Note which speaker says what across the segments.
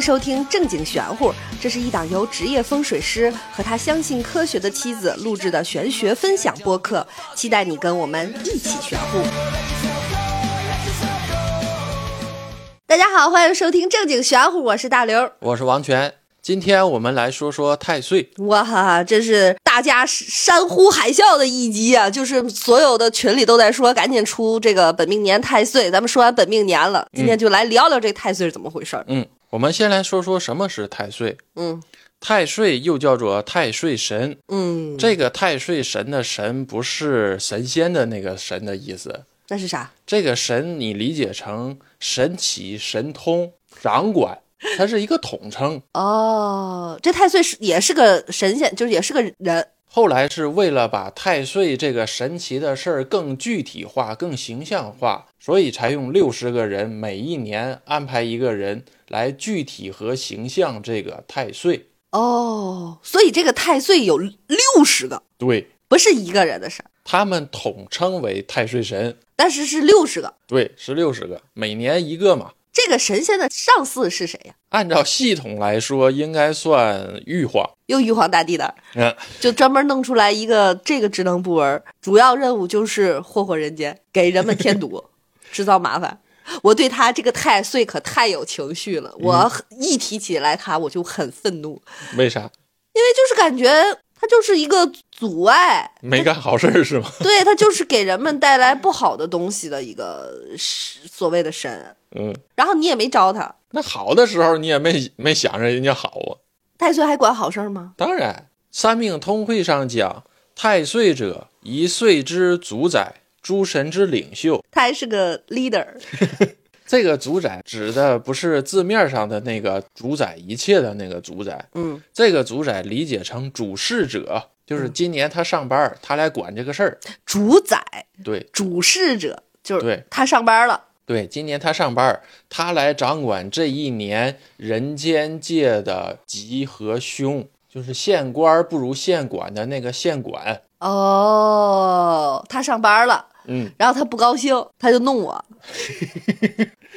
Speaker 1: 收听《正经玄乎》，这是一档由职业风水师和他相信科学的妻子录制的玄学分享播客，期待你跟我们一起玄乎。大家好，欢迎收听《正经玄乎》，我是大刘。
Speaker 2: 我是王权。今天我们来说说太岁，
Speaker 1: 哇哈，这是大家山呼海啸的一集啊！就是所有的群里都在说，赶紧出这个本命年太岁。咱们说完本命年了，今天就来聊聊这太岁是怎么回事儿。
Speaker 2: 嗯，我们先来说说什么是太岁。
Speaker 1: 嗯
Speaker 2: 太岁又叫做太岁神，
Speaker 1: 嗯，
Speaker 2: 这个太岁神的神不是神仙的那个神的意思，
Speaker 1: 那是啥？
Speaker 2: 这个神你理解成神奇、神通、掌管，它是一个统称。
Speaker 1: 哦，这太岁是也是个神仙，就是也是个人。
Speaker 2: 后来是为了把太岁这个神奇的事儿更具体化、更形象化，所以才用六十个人，每一年安排一个人来具体和形象这个太岁。
Speaker 1: 哦，所以这个太岁有六十个，
Speaker 2: 对
Speaker 1: 不是一个人的事儿，
Speaker 2: 他们统称为太岁神，
Speaker 1: 但是是六十个。
Speaker 2: 对，是六十个，每年一个嘛。
Speaker 1: 这个神仙的上司是谁呀、
Speaker 2: 按照系统来说，应该算玉皇。
Speaker 1: 又玉皇大帝那儿
Speaker 2: 嗯，
Speaker 1: 就专门弄出来一个这个职能部门，主要任务就是祸祸人间，给人们添堵，制造麻烦。我对他这个太岁可太有情绪了，我很一提起来他我就很愤怒，
Speaker 2: 为啥
Speaker 1: 因为就是感觉他就是一个阻碍，
Speaker 2: 没干好事儿是 吗？
Speaker 1: 对他就是给人们带来不好的东西的一个是所谓的神，
Speaker 2: 嗯，
Speaker 1: 然后你也没招他，
Speaker 2: 那好的时候你也没没想着人家好啊。
Speaker 1: 太岁还管好事儿吗？
Speaker 2: 当然，《三命通会》上讲，太岁者，一岁之主宰，诸神之领袖。
Speaker 1: 他还是个 leader，
Speaker 2: 这个主宰指的不是字面上的那个主宰一切的那个主宰，
Speaker 1: 嗯，
Speaker 2: 这个主宰理解成主事者，就是今年他上班儿，他来管这个事儿。
Speaker 1: 主宰
Speaker 2: 对
Speaker 1: 主事者就是
Speaker 2: 对
Speaker 1: 他上班了。
Speaker 2: 对，今年他上班儿，他来掌管这一年人间界的吉和凶，就是县官儿不如县管的那个县管。
Speaker 1: 哦，他上班了，
Speaker 2: 嗯，
Speaker 1: 然后他不高兴，他就弄 我，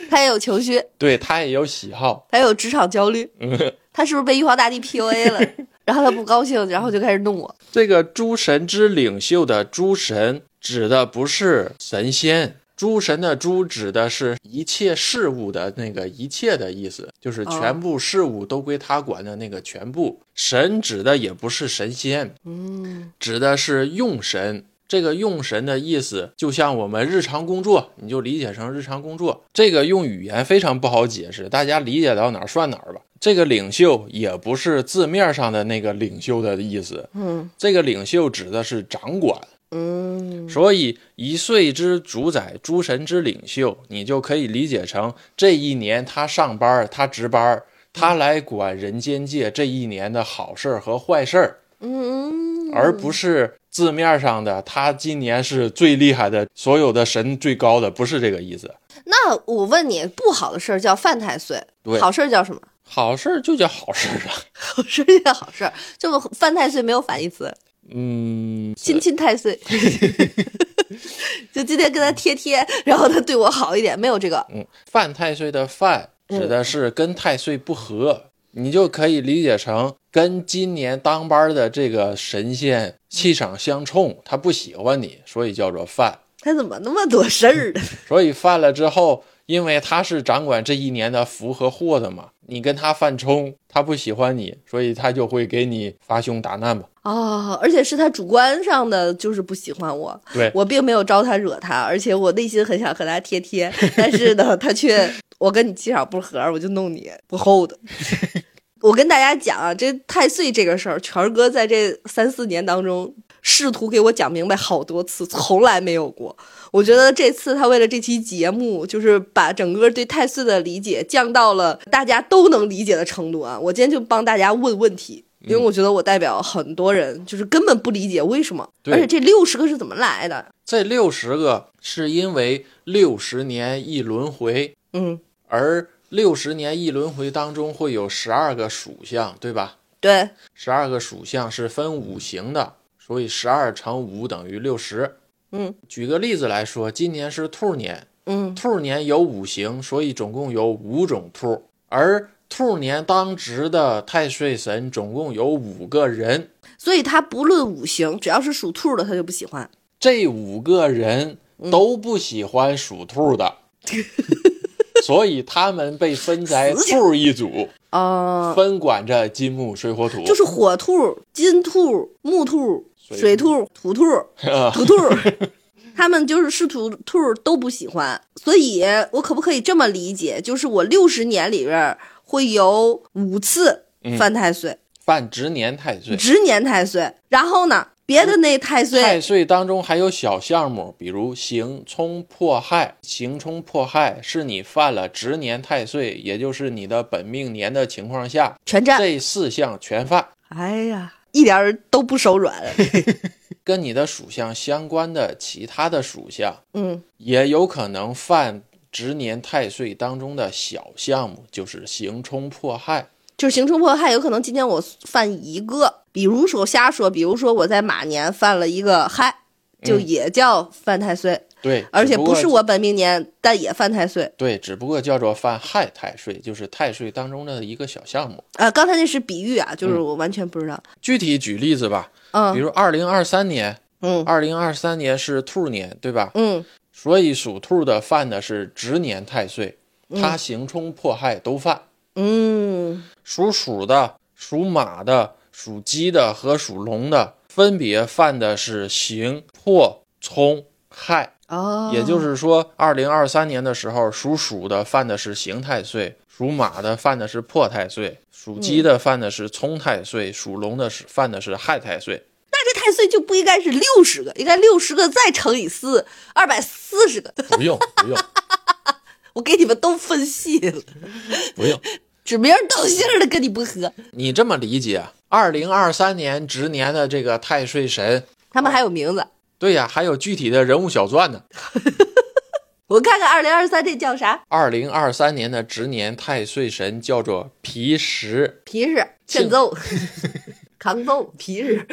Speaker 1: 他也有情绪，
Speaker 2: 对他也有喜好。
Speaker 1: 他也有职场焦虑，
Speaker 2: 嗯。
Speaker 1: 他是不是被玉皇大帝 PUA 了？然后他不高兴，然后就开始弄我。
Speaker 2: 这个诸神之领袖的诸神指的不是神仙，诸神的诸指的是一切事物的那个一切的意思，就是
Speaker 1: 哦
Speaker 2: 全部事物都归他管的那个全部。神指的也不是神仙，
Speaker 1: 嗯，
Speaker 2: 指的是用神。这个用神的意思，就像我们日常工作，你就理解成日常工作。这个用语言非常不好解释，大家理解到哪儿算哪儿吧。这个领袖也不是字面上的那个领袖的意思，
Speaker 1: 嗯
Speaker 2: 这个领袖指的是掌管，
Speaker 1: 嗯，
Speaker 2: 所以一岁之主宰，诸神之领袖，你就可以理解成这一年他上班儿，他值班儿，他来管人间界这一年的好事儿和坏事儿，
Speaker 1: 嗯，
Speaker 2: 而不是字面上的他今年是最厉害的，所有的神最高的，不是这个意思。
Speaker 1: 那我问你，不好的事儿叫犯太岁，
Speaker 2: 对
Speaker 1: 好事儿叫什么？
Speaker 2: 好事儿就叫好事儿啊，
Speaker 1: 好事儿叫好事儿，就犯太岁没有反义词，
Speaker 2: 嗯，
Speaker 1: 亲亲太岁。就今天跟他贴贴，然后他对我好一点，没有这个。
Speaker 2: 嗯，犯太岁的犯指的是跟太岁不合，你就可以理解成跟今年当班的这个神仙气场相冲，他不喜欢你，所以叫做犯。
Speaker 1: 他怎么那么多事儿呢？
Speaker 2: 所以犯了之后，因为他是掌管这一年的福和祸的嘛，你跟他犯冲，他不喜欢你，所以他就会给你发凶打难嘛。
Speaker 1: 哦，而且是他主观上的，就是不喜欢我。
Speaker 2: 对
Speaker 1: 我并没有招他惹他，而且我内心很想和他贴贴，但是呢，他却我跟你气场不合，我就弄你不厚的。我跟大家讲啊，这太岁这个事儿，权儿哥在这三四年当中试图给我讲明白好多次，从来没有过。我觉得这次他为了这期节目，就是把整个对太岁的理解降到了大家都能理解的程度啊！我今天就帮大家问问题，因为我觉得我代表很多人，就是根本不理解为什么，
Speaker 2: 对
Speaker 1: 而且这六十个是怎么来的？
Speaker 2: 这六十个是因为六十年一轮回，
Speaker 1: 嗯，
Speaker 2: 而六十年一轮回当中会有十二个属相，对吧？
Speaker 1: 对，
Speaker 2: 十二个属相是分五行的，所以十二乘五等于六十。
Speaker 1: 嗯，
Speaker 2: 举个例子来说，今年是兔年，
Speaker 1: 嗯
Speaker 2: 兔年有五行，所以总共有五种兔，而兔年当值的太岁神总共有五个人，
Speaker 1: 所以他不论五行，只要是属兔的他就不喜欢。
Speaker 2: 这五个人
Speaker 1: 嗯
Speaker 2: 都不喜欢属 兔的，所以他们被分在兔一组，
Speaker 1: 哦、
Speaker 2: 分管着金木水火土。
Speaker 1: 就是火兔、金兔、木兔、
Speaker 2: 水
Speaker 1: 水兔、土兔、土兔，他们就是是土兔都不喜欢。所以我可不可以这么理解，就是我六十年里边儿会有五次犯太岁，
Speaker 2: 犯值年太岁，
Speaker 1: 值年太岁，然后呢，别的那太岁。
Speaker 2: 太岁当中还有小项目，比如刑冲迫害。刑冲迫害是你犯了值年太岁，也就是你的本命年的情况下，
Speaker 1: 全 占，
Speaker 2: 这四项全犯。
Speaker 1: 哎呀，一点儿都不手软。
Speaker 2: 跟你的属相相关的其他的属相，
Speaker 1: 嗯，
Speaker 2: 也有可能犯值年太岁当中的小项目，就是刑冲迫害。
Speaker 1: 就是刑冲迫害，有可能今天我犯一个，比如说我瞎说，比如说我在马年犯了一个亥，就也叫犯太岁，
Speaker 2: 对，
Speaker 1: 而且
Speaker 2: 嗯只
Speaker 1: 不
Speaker 2: 过
Speaker 1: 是我本命年，但也犯太岁。
Speaker 2: 对，只不过叫做犯害太岁，就是太岁当中的一个小项目。
Speaker 1: 啊，刚才那是比喻啊，就是我完全不知道。
Speaker 2: 具体举例子吧，嗯比
Speaker 1: 嗯
Speaker 2: 如二零二三年，
Speaker 1: 嗯
Speaker 2: 二零二三年是兔年，对吧？
Speaker 1: 嗯
Speaker 2: 所以属兔的犯的是值年太岁，他刑冲迫害都犯。
Speaker 1: 嗯，
Speaker 2: 属鼠的、属马的、属鸡的和属龙的，分别犯的是刑、破、冲、害。
Speaker 1: 哦，
Speaker 2: 也就是说，二零二三年的时候，属鼠的犯的是刑太岁，属马的犯的是破太岁，属鸡的犯的是冲太岁，属龙的是犯的是害太岁。
Speaker 1: 那这太岁就不应该是六十个，应该六十个再乘以四，二百四十个。
Speaker 2: 不用，不用，
Speaker 1: 我给你们都分析了，
Speaker 2: 不用。
Speaker 1: 指名道姓的跟你不合，
Speaker 2: 你这么理解，啊二零二三年值年的这个太岁神，
Speaker 1: 他们还有名字。
Speaker 2: 对呀，还有具体的人物小传呢。
Speaker 1: 我看看二零二三这叫啥？
Speaker 2: 二零二三年的值年太岁神叫做皮实。
Speaker 1: 皮实欠揍， 扛揍，皮实。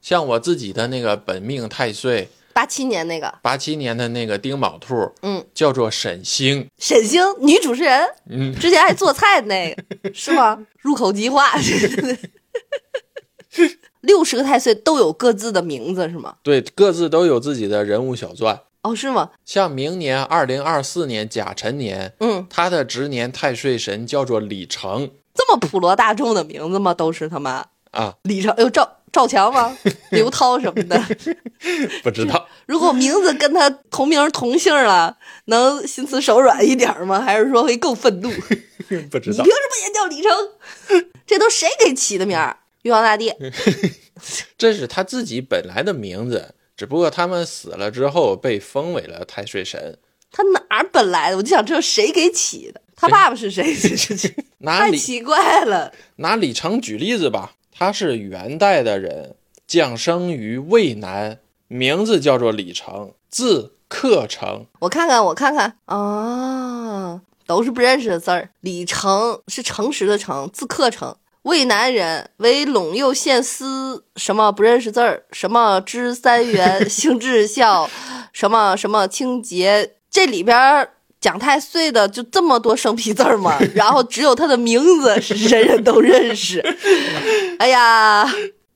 Speaker 2: 像我自己的那个本命太岁，
Speaker 1: 八七年那个
Speaker 2: 八七年的那个丁卯兔，
Speaker 1: 嗯，
Speaker 2: 叫做沈星，
Speaker 1: 沈星女主持人，
Speaker 2: 嗯，
Speaker 1: 之前爱做菜的那个是吗？入口即化。 六十个太岁都有各自的名字是吗？
Speaker 2: 对，各自都有自己的人物小传。
Speaker 1: 哦，是吗？
Speaker 2: 像明年二零二四年甲辰年，
Speaker 1: 嗯，
Speaker 2: 他的值年太岁神叫做李成
Speaker 1: 这么普罗大众的名字吗？都是他妈
Speaker 2: 啊，
Speaker 1: 李成，哎呦赵赵强吗？刘涛什么的。
Speaker 2: 不知道。
Speaker 1: 如果名字跟他同名同姓了，能心慈手软一点吗？还是说会更愤怒？
Speaker 2: 不知
Speaker 1: 你凭什么也叫李成？ 这都谁给起的名儿？玉皇大帝。
Speaker 2: 这是他自己本来的名字，只不过他们死了之后被封为了太岁神。
Speaker 1: 他哪儿本来的？我就想知道谁给起的。他爸爸是谁？ 这这这
Speaker 2: 拿
Speaker 1: 太
Speaker 2: 李
Speaker 1: 奇怪了。
Speaker 2: 拿李成举例子吧，他是元代的人，降生于渭南，名字叫做李成，字克成。
Speaker 1: 我看看，我看看啊，都是不认识的字儿。李成是诚实的诚，字克成，渭南人，为陇右县司什么不认识字儿，什么知三元，姓至孝，什么什么清节。这里边儿讲太岁的就这么多生僻字儿吗？然后只有他的名字是人人都认识。哎呀，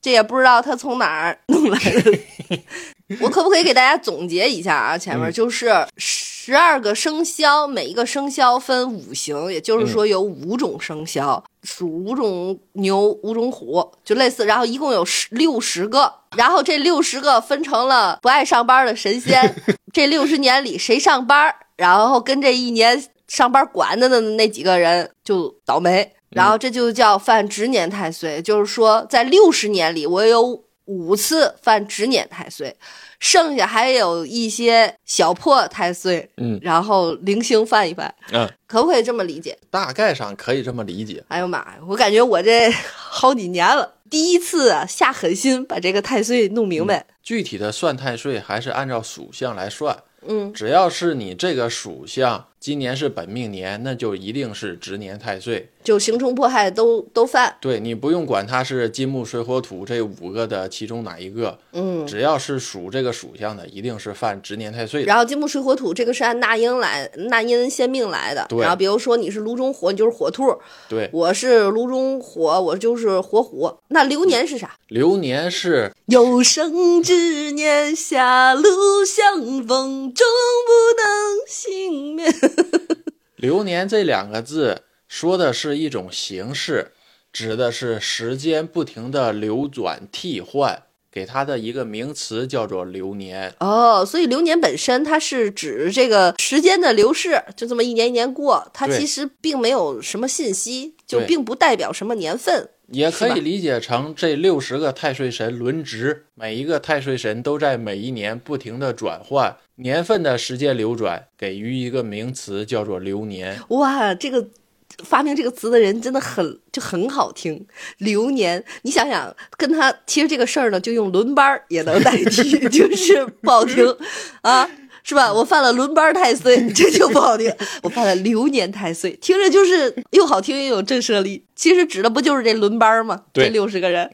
Speaker 1: 这也不知道他从哪儿弄来的。 我可不可以给大家总结一下啊？前面就是十二个生肖，每一个生肖分五行，也就是说有五种生肖，属五种牛、五种虎，就类似。然后一共有十六十个，然后这六十个分成了不爱上班的神仙，这六十年里谁上班，然后跟这一年上班管的的那几个人就倒霉。然后这就叫犯值年太岁，就是说在六十年里，我有五次犯值年太岁，剩下还有一些小破太岁，
Speaker 2: 嗯
Speaker 1: 然后零星犯一犯，
Speaker 2: 嗯，
Speaker 1: 可不可以这么理解？
Speaker 2: 大概上可以这么理解。
Speaker 1: 哎呦妈呀，我感觉我这 好几年了，第一次啊下狠心把这个太岁弄明白。
Speaker 2: 具体的算太岁还是按照属相来算，
Speaker 1: 嗯
Speaker 2: 只要是你这个属相今年是本命年，那就一定是值年太岁。
Speaker 1: 就刑冲迫害都都犯，
Speaker 2: 对你不用管它是金木水火土这五个的其中哪一个，
Speaker 1: 嗯。
Speaker 2: 只要是属这个属相的，一定是犯值年太岁的。
Speaker 1: 然后金木水火土这个是按纳音来纳音先命来的，
Speaker 2: 对
Speaker 1: 然后比如说你是炉中火，你就是火兔；
Speaker 2: 对，
Speaker 1: 我是炉中火，我就是火虎。那流年是啥？
Speaker 2: 流年是
Speaker 1: 有生之年，狭路相逢，终不能幸免。
Speaker 2: 流年这两个字说的是一种形式，指的是时间不停的流转替换，给它的一个名词叫做流年。
Speaker 1: 哦，所以流年本身它是指这个时间的流逝，就这么一年一年过，它
Speaker 2: 对
Speaker 1: 其实并没有什么信息，就
Speaker 2: 对
Speaker 1: 并不代表什么年份。
Speaker 2: 也可
Speaker 1: 是吧
Speaker 2: 以理解成这六十个太岁神轮值，每一个太岁神都在每一年不停的转换年份的时间流转，给予一个名词叫做流年。
Speaker 1: 哇，这个发明这个词的人真的很就很好听。流年，你想想，跟他其实这个事儿呢，就用轮班儿也能代替， 就是不好听啊，是吧？我犯了轮班儿太岁，这就不好听；我犯了流年太岁，听着就是又好听又有震慑力。其实指的不就是这轮班儿吗？这
Speaker 2: 对
Speaker 1: 六十个人。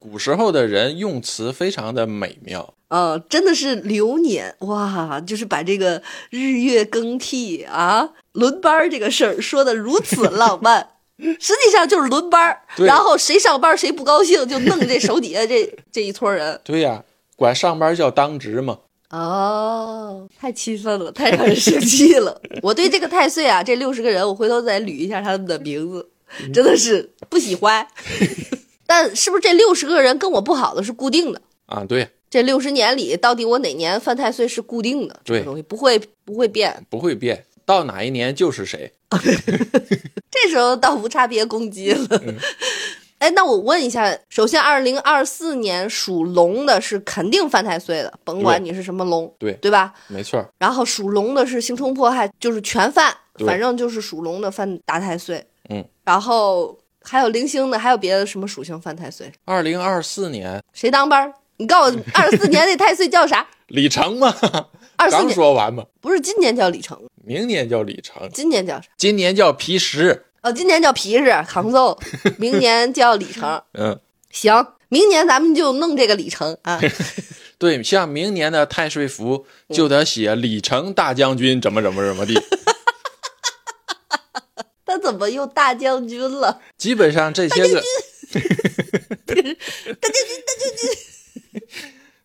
Speaker 2: 古时候的人用词非常的美妙，
Speaker 1: 嗯，真的是流年哇，就是把这个日月更替啊、轮班儿这个事儿说的如此浪漫，实际上就是轮班儿，
Speaker 2: 对
Speaker 1: 然后谁上班儿谁不高兴就弄这手底下这这一撮人
Speaker 2: 对呀、管上班叫当值嘛。
Speaker 1: 哦，太气愤了，太让人生气了。我对这个太岁啊，这六十个人，我回头再捋一下他们的名字，真的是不喜欢。 但是不是这六十个人跟我不好的是固定的？
Speaker 2: 啊，对，
Speaker 1: 这六十年里，到底我哪年犯太岁是固定的？
Speaker 2: 对
Speaker 1: 这个东西不会不会变。
Speaker 2: 不会变，到哪一年就是谁。
Speaker 1: 这时候到无差别攻击了。
Speaker 2: 嗯
Speaker 1: 哎，那我问一下，首先，二零二四年属龙的是肯定犯太岁的，甭管
Speaker 2: 对
Speaker 1: 你是什么龙，
Speaker 2: 对
Speaker 1: 对吧？
Speaker 2: 没错儿，
Speaker 1: 然后属龙的是刑冲迫害，就是全犯，
Speaker 2: 对
Speaker 1: 反正就是属龙的犯大太岁。
Speaker 2: 嗯，
Speaker 1: 然后还有零星的，还有别的什么属性犯太岁？
Speaker 2: 二零二四年
Speaker 1: 谁当班儿？你告诉我，二四年那太岁叫 啥？
Speaker 2: 里程嘛，
Speaker 1: 二四
Speaker 2: 刚
Speaker 1: 年
Speaker 2: 说完嘛，
Speaker 1: 不是今年叫李成，
Speaker 2: 明年叫里程，
Speaker 1: 今年叫啥？
Speaker 2: 今年叫皮实。
Speaker 1: 哦，今年叫皮实扛揍，明年叫里程。
Speaker 2: 嗯，
Speaker 1: 行，明年咱们就弄这个里程啊。
Speaker 2: 对，像明年的太岁符
Speaker 1: 嗯
Speaker 2: 就得写里程大将军怎么怎么 怎么地，
Speaker 1: 他怎么又大将军了？
Speaker 2: 基本上这 些个，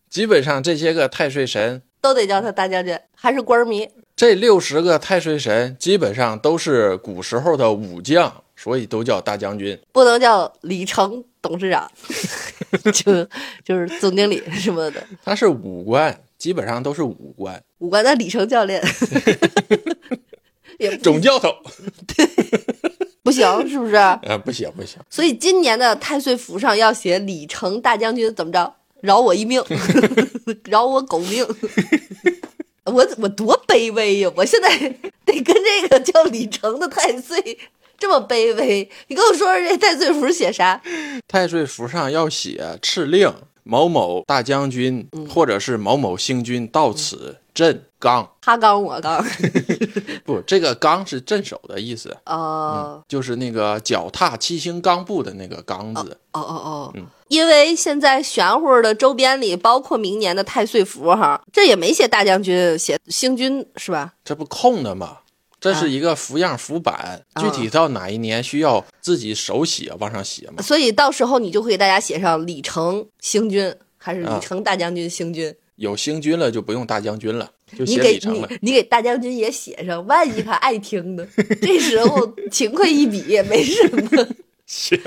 Speaker 2: 基本上这些个太岁神，
Speaker 1: 都得叫他大将军，还是官儿迷？
Speaker 2: 这六十个太岁神基本上都是古时候的武将，所以都叫大将军。
Speaker 1: 不能叫李成董事长， 就就是总经理什么的。
Speaker 2: 他是武官，基本上都是 武官，
Speaker 1: 五官的李成教练 也不
Speaker 2: 总教头。
Speaker 1: 不行，是不是？
Speaker 2: 呃，不行不行，
Speaker 1: 所以今年的太岁符上要写李成大将军，怎么着？饶我一 命，饶我狗命。我我多卑微呀！我现在得跟这个叫李成的太岁这么卑微。你跟我说说这太岁符写啥？
Speaker 2: 太岁符上要写敕令某某大将军，
Speaker 1: 嗯
Speaker 2: 或者是某某星君到此朕纲。
Speaker 1: 他刚我 刚，
Speaker 2: 不，这个纲是镇守的意思，
Speaker 1: 哦
Speaker 2: 就是那个脚踏七星刚步的那个刚字。
Speaker 1: 哦哦哦
Speaker 2: 嗯，
Speaker 1: 因为现在玄乎的周边里，包括明年的太岁符哈，这也没写大将军，写星君是吧？
Speaker 2: 这不空的吗？这
Speaker 1: 啊
Speaker 2: 是一个符样符板，
Speaker 1: 啊啊
Speaker 2: 具体到哪一年需要自己手写往上写嘛？
Speaker 1: 所以到时候你就会给大家写上李成星君，还是
Speaker 2: 啊
Speaker 1: 李成大将军星君？
Speaker 2: 有星君了就不用大将军了，就
Speaker 1: 你
Speaker 2: 写
Speaker 1: 给
Speaker 2: 里程了。
Speaker 1: 你你给大将军也写上，万一他爱听呢？这时候勤快一笔也没什么，
Speaker 2: 行，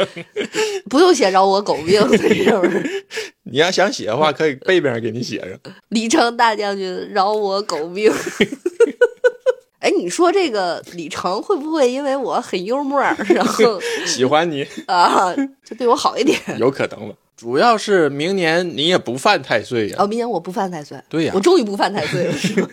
Speaker 1: 不用写饶我狗命，是不是？
Speaker 2: 你要想写的话，可以背面给你写上。
Speaker 1: 李成大将军饶我狗命。 哎，你说这个李成会不会因为我很幽默，然 后
Speaker 2: 喜欢你，
Speaker 1: 啊，就对我好一点？
Speaker 2: 有可能吧。主要是明年你也不犯太岁呀、
Speaker 1: 哦，明年我不犯太岁，
Speaker 2: 对呀
Speaker 1: 我终于不犯太岁了，是吗？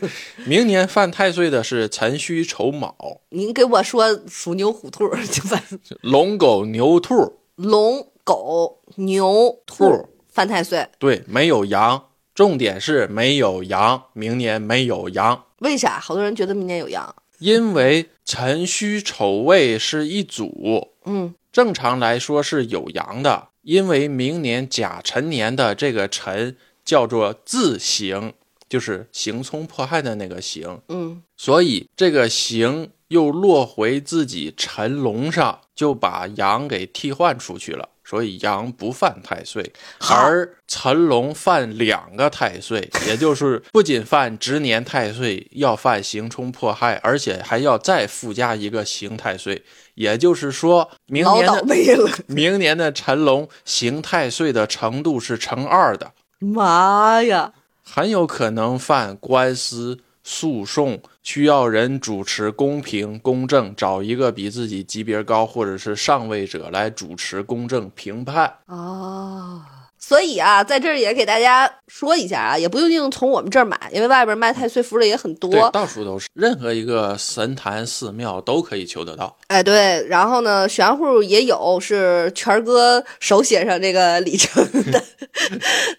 Speaker 2: 明年犯太岁的是辰戌丑卯、
Speaker 1: 您给我说属牛、虎、兔就犯
Speaker 2: 龙狗牛兔，
Speaker 1: 龙、狗、牛、兔
Speaker 2: 兔
Speaker 1: 犯太岁，
Speaker 2: 对，没有羊。重点是没有羊，明年没有羊。
Speaker 1: 为啥？好多人觉得明年有阳。
Speaker 2: 因为辰戌丑未是一组，
Speaker 1: 嗯，
Speaker 2: 正常来说是有阳的，因为明年甲辰年的这个辰叫做自刑，就是刑冲迫害的那个刑，
Speaker 1: 嗯，
Speaker 2: 所以这个刑又落回自己辰龙上，就把阳给替换出去了。所以阳不犯太岁，
Speaker 1: 好
Speaker 2: 而辰龙犯两个太岁， 也就是不仅犯值年太岁，要犯刑冲迫害，而且还要再附加一个刑太岁。也就是说，明
Speaker 1: 老
Speaker 2: 年的
Speaker 1: 倒霉了。
Speaker 2: 明年的辰龙刑太岁的程度是乘二的，
Speaker 1: 妈呀！
Speaker 2: 很有可能犯官司、诉讼，需要人主持公平公正，找一个比自己级别高或者是上位者来主持公正评判。
Speaker 1: 哦，所以啊，在这儿也给大家说一下啊，也不一定从我们这儿买，因为外边卖太岁符的也很
Speaker 2: 对，
Speaker 1: 多。
Speaker 2: 到处都是，任何一个神坛寺庙都可以求得到。
Speaker 1: 哎，对，然后呢，玄户也有是全哥手写上这个里程 的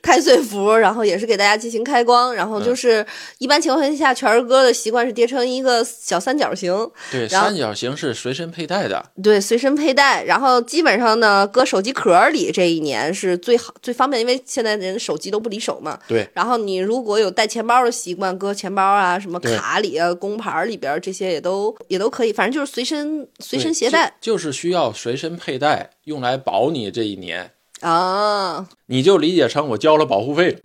Speaker 1: 太岁符，然后也是给大家进行开光。然后
Speaker 2: 嗯
Speaker 1: 就是一般情况下，全哥的习惯是叠成一个小三角形，
Speaker 2: 对，
Speaker 1: 然后
Speaker 2: 三角形是随身佩戴的。
Speaker 1: 对，随身佩戴。然后基本上呢，搁手机壳里这一年是最好最方便，因为现在人手机都不离手嘛。
Speaker 2: 对，
Speaker 1: 然后你如果有带钱包的习惯，搁钱包啊、什么
Speaker 2: 对
Speaker 1: 卡里啊、工牌儿里边儿这些也都也都可以，反正就是随身随身
Speaker 2: 对
Speaker 1: 携带
Speaker 2: 就就是需要随身佩戴，用来保你这一年。
Speaker 1: 啊。
Speaker 2: 你就理解成我交了保护费，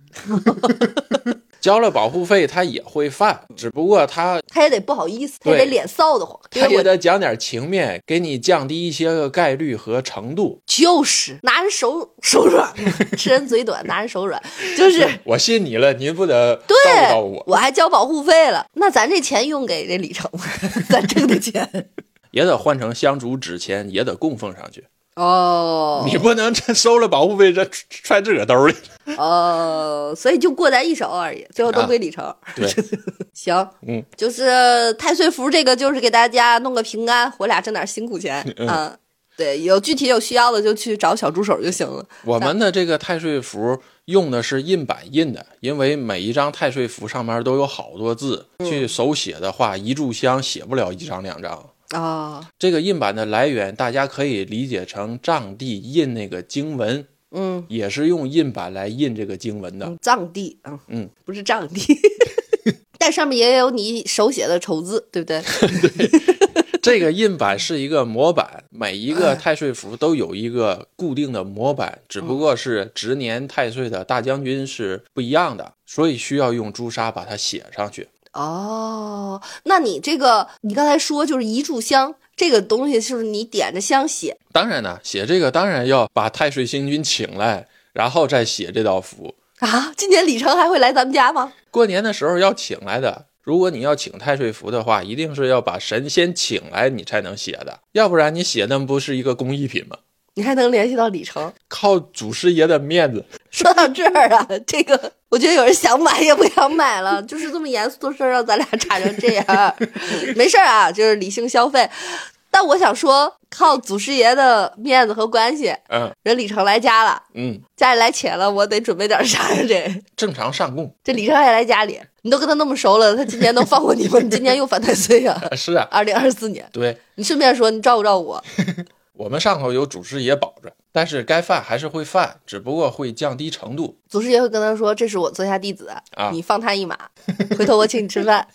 Speaker 2: 交了保护费他也会犯，只不过他
Speaker 1: 他也得不好意思，他也得
Speaker 2: 对
Speaker 1: 脸臊得慌，因
Speaker 2: 他
Speaker 1: 为
Speaker 2: 也
Speaker 1: 我
Speaker 2: 得讲点情面，给你降低一些个概率和程度。
Speaker 1: 就是拿人手手软 嘛，吃人嘴短，拿人手软，就是
Speaker 2: 我信你了，您不得照
Speaker 1: 对
Speaker 2: 顾到我，，
Speaker 1: 我还交保护费了。那咱这钱用给这里程吧， 咱挣的钱
Speaker 2: 也得换成香烛纸钱，也得供奉上去。
Speaker 1: 哦
Speaker 2: 你不能这收了保护费这揣自个儿兜里。
Speaker 1: 哦，所以就过咱一手而已，最后都归李成。
Speaker 2: 对，
Speaker 1: 行，
Speaker 2: 啊嗯，
Speaker 1: 就是太岁符这个，就是给大家弄个平安，我俩挣点辛苦钱
Speaker 2: 嗯
Speaker 1: 啊。对，有具体有需要的就去找小助手就行了。
Speaker 2: 我们的这个太岁符用的是印版印的，因为每一张太岁符上面都有好多字，
Speaker 1: 嗯
Speaker 2: 去手写的话，一炷香写不了一张两张。
Speaker 1: 哦，
Speaker 2: 这个印版的来源，大家可以理解成藏地印那个经文，
Speaker 1: 嗯，
Speaker 2: 也是用印版来印这个经文的。
Speaker 1: 嗯藏地啊，
Speaker 2: 嗯，
Speaker 1: 不是藏地， 但上面也有你手写的丑字，对不对？
Speaker 2: 这个印版是一个模板，每一个哎太岁符都有一个固定的模板，只不过是值年太岁的大将军是不一样的，所以需要用朱砂把它写上去。
Speaker 1: 哦，那你这个，你刚才说就是一炷香这个东西，就是你点着香写
Speaker 2: 当然呢，写这个当然要把太岁星君请来，然后再写这道符。
Speaker 1: 啊？今年李成还会来咱们家吗？
Speaker 2: 过年的时候要请来的。如果你要请太岁符的话，一定是要把神仙请来，你才能写的，要不然你写那不是一个工艺品吗？
Speaker 1: 你还能联系到李成？
Speaker 2: 靠祖师爷的面子，
Speaker 1: 说到这儿啊，这个我觉得有人想买也不想买了，就是这么严肃的事儿让咱俩吵成这样，没事儿 啊，就是理性消费。但我想说，靠祖师爷的面子和关系，
Speaker 2: 嗯
Speaker 1: 人李成来家了，
Speaker 2: 嗯，
Speaker 1: 家里来钱了，我得准备点啥呀？这
Speaker 2: 正常上供。
Speaker 1: 这李成还来家里，你都跟他那么熟了，他今年能放过你吗？你今年又犯太岁啊！
Speaker 2: 啊是啊，
Speaker 1: 二零二四年，
Speaker 2: 对
Speaker 1: 你顺便说，你照顾照顾我。
Speaker 2: 我们上头有祖师爷保着，但是该犯还是会犯，只不过会降低程度。
Speaker 1: 祖师爷会跟他说：“这是我座下弟子，
Speaker 2: 啊
Speaker 1: 你放他一马，回头我请你吃 饭。”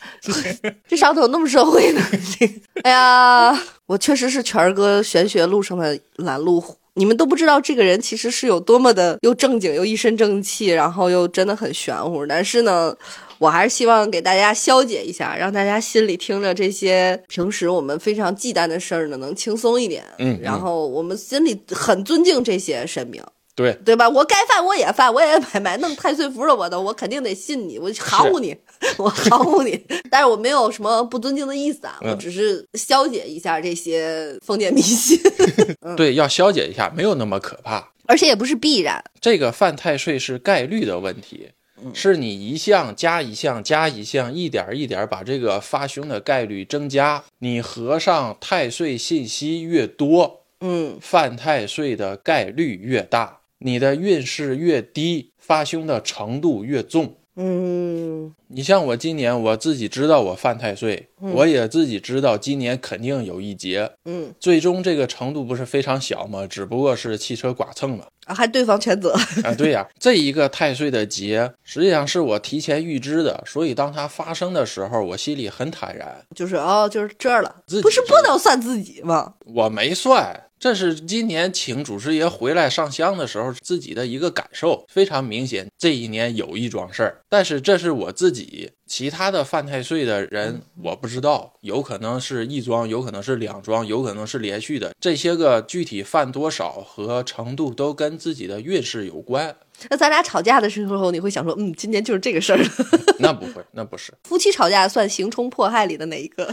Speaker 1: 这上头那么社会呢？ 哎呀，我确实是全儿哥玄学路上的拦路虎。你们都不知道这个人其实是有多么的又正经又一身正气，然后又真的很玄乎。但是呢，我还是希望给大家消解一下，让大家心里听着这些平时我们非常忌惮的事儿呢，能轻松一点。
Speaker 2: 嗯嗯
Speaker 1: 然后我们心里很尊敬这些神明。
Speaker 2: 对，
Speaker 1: 对吧？我该犯我也犯，我也买买弄太岁符了我都，我肯定得信你，我含糊你， 我含糊你。但是我没有什么不尊敬的意思啊，
Speaker 2: 嗯
Speaker 1: 我只是消解一下这些封建迷信，
Speaker 2: 对，要消解一下，没有那么可怕。
Speaker 1: 而且也不是必然。
Speaker 2: 这个犯太岁是概率的问题，是你一项加一项加一项，一点儿一点儿把这个发凶的概率增加。你合上太岁信息越多，
Speaker 1: 嗯，
Speaker 2: 犯太岁的概率越大，你的运势越低，发凶的程度越重。
Speaker 1: 嗯，
Speaker 2: 你像我今年我自己知道我犯太岁，我也自己知道今年肯定有一劫，
Speaker 1: 嗯，
Speaker 2: 最终这个程度不是非常小吗？只不过是汽车剐蹭嘛。
Speaker 1: 啊还对方全责，
Speaker 2: 啊，对呀、这一个太岁的劫实际上是我提前预知的，所以当它发生的时候，我心里很坦然。
Speaker 1: 就是哦，就是这儿了
Speaker 2: 自己，
Speaker 1: 不是不
Speaker 2: 知道
Speaker 1: 能算自己吗？
Speaker 2: 我没算，这是今年请主持爷回来上香的时候自己的一个感受，非常明显。这一年有一桩事儿，但是这是我自己，其他的犯太岁的人我不知道，有可能是一桩，有可能是两桩，有可能是连续的。这些个具体犯多少和程度都跟自己的运势有关。
Speaker 1: 那咱俩吵架的时候，你会想说，嗯，今年就是这个事儿了。
Speaker 2: 那不会，那不是
Speaker 1: 夫妻吵架算刑冲迫害里的哪一个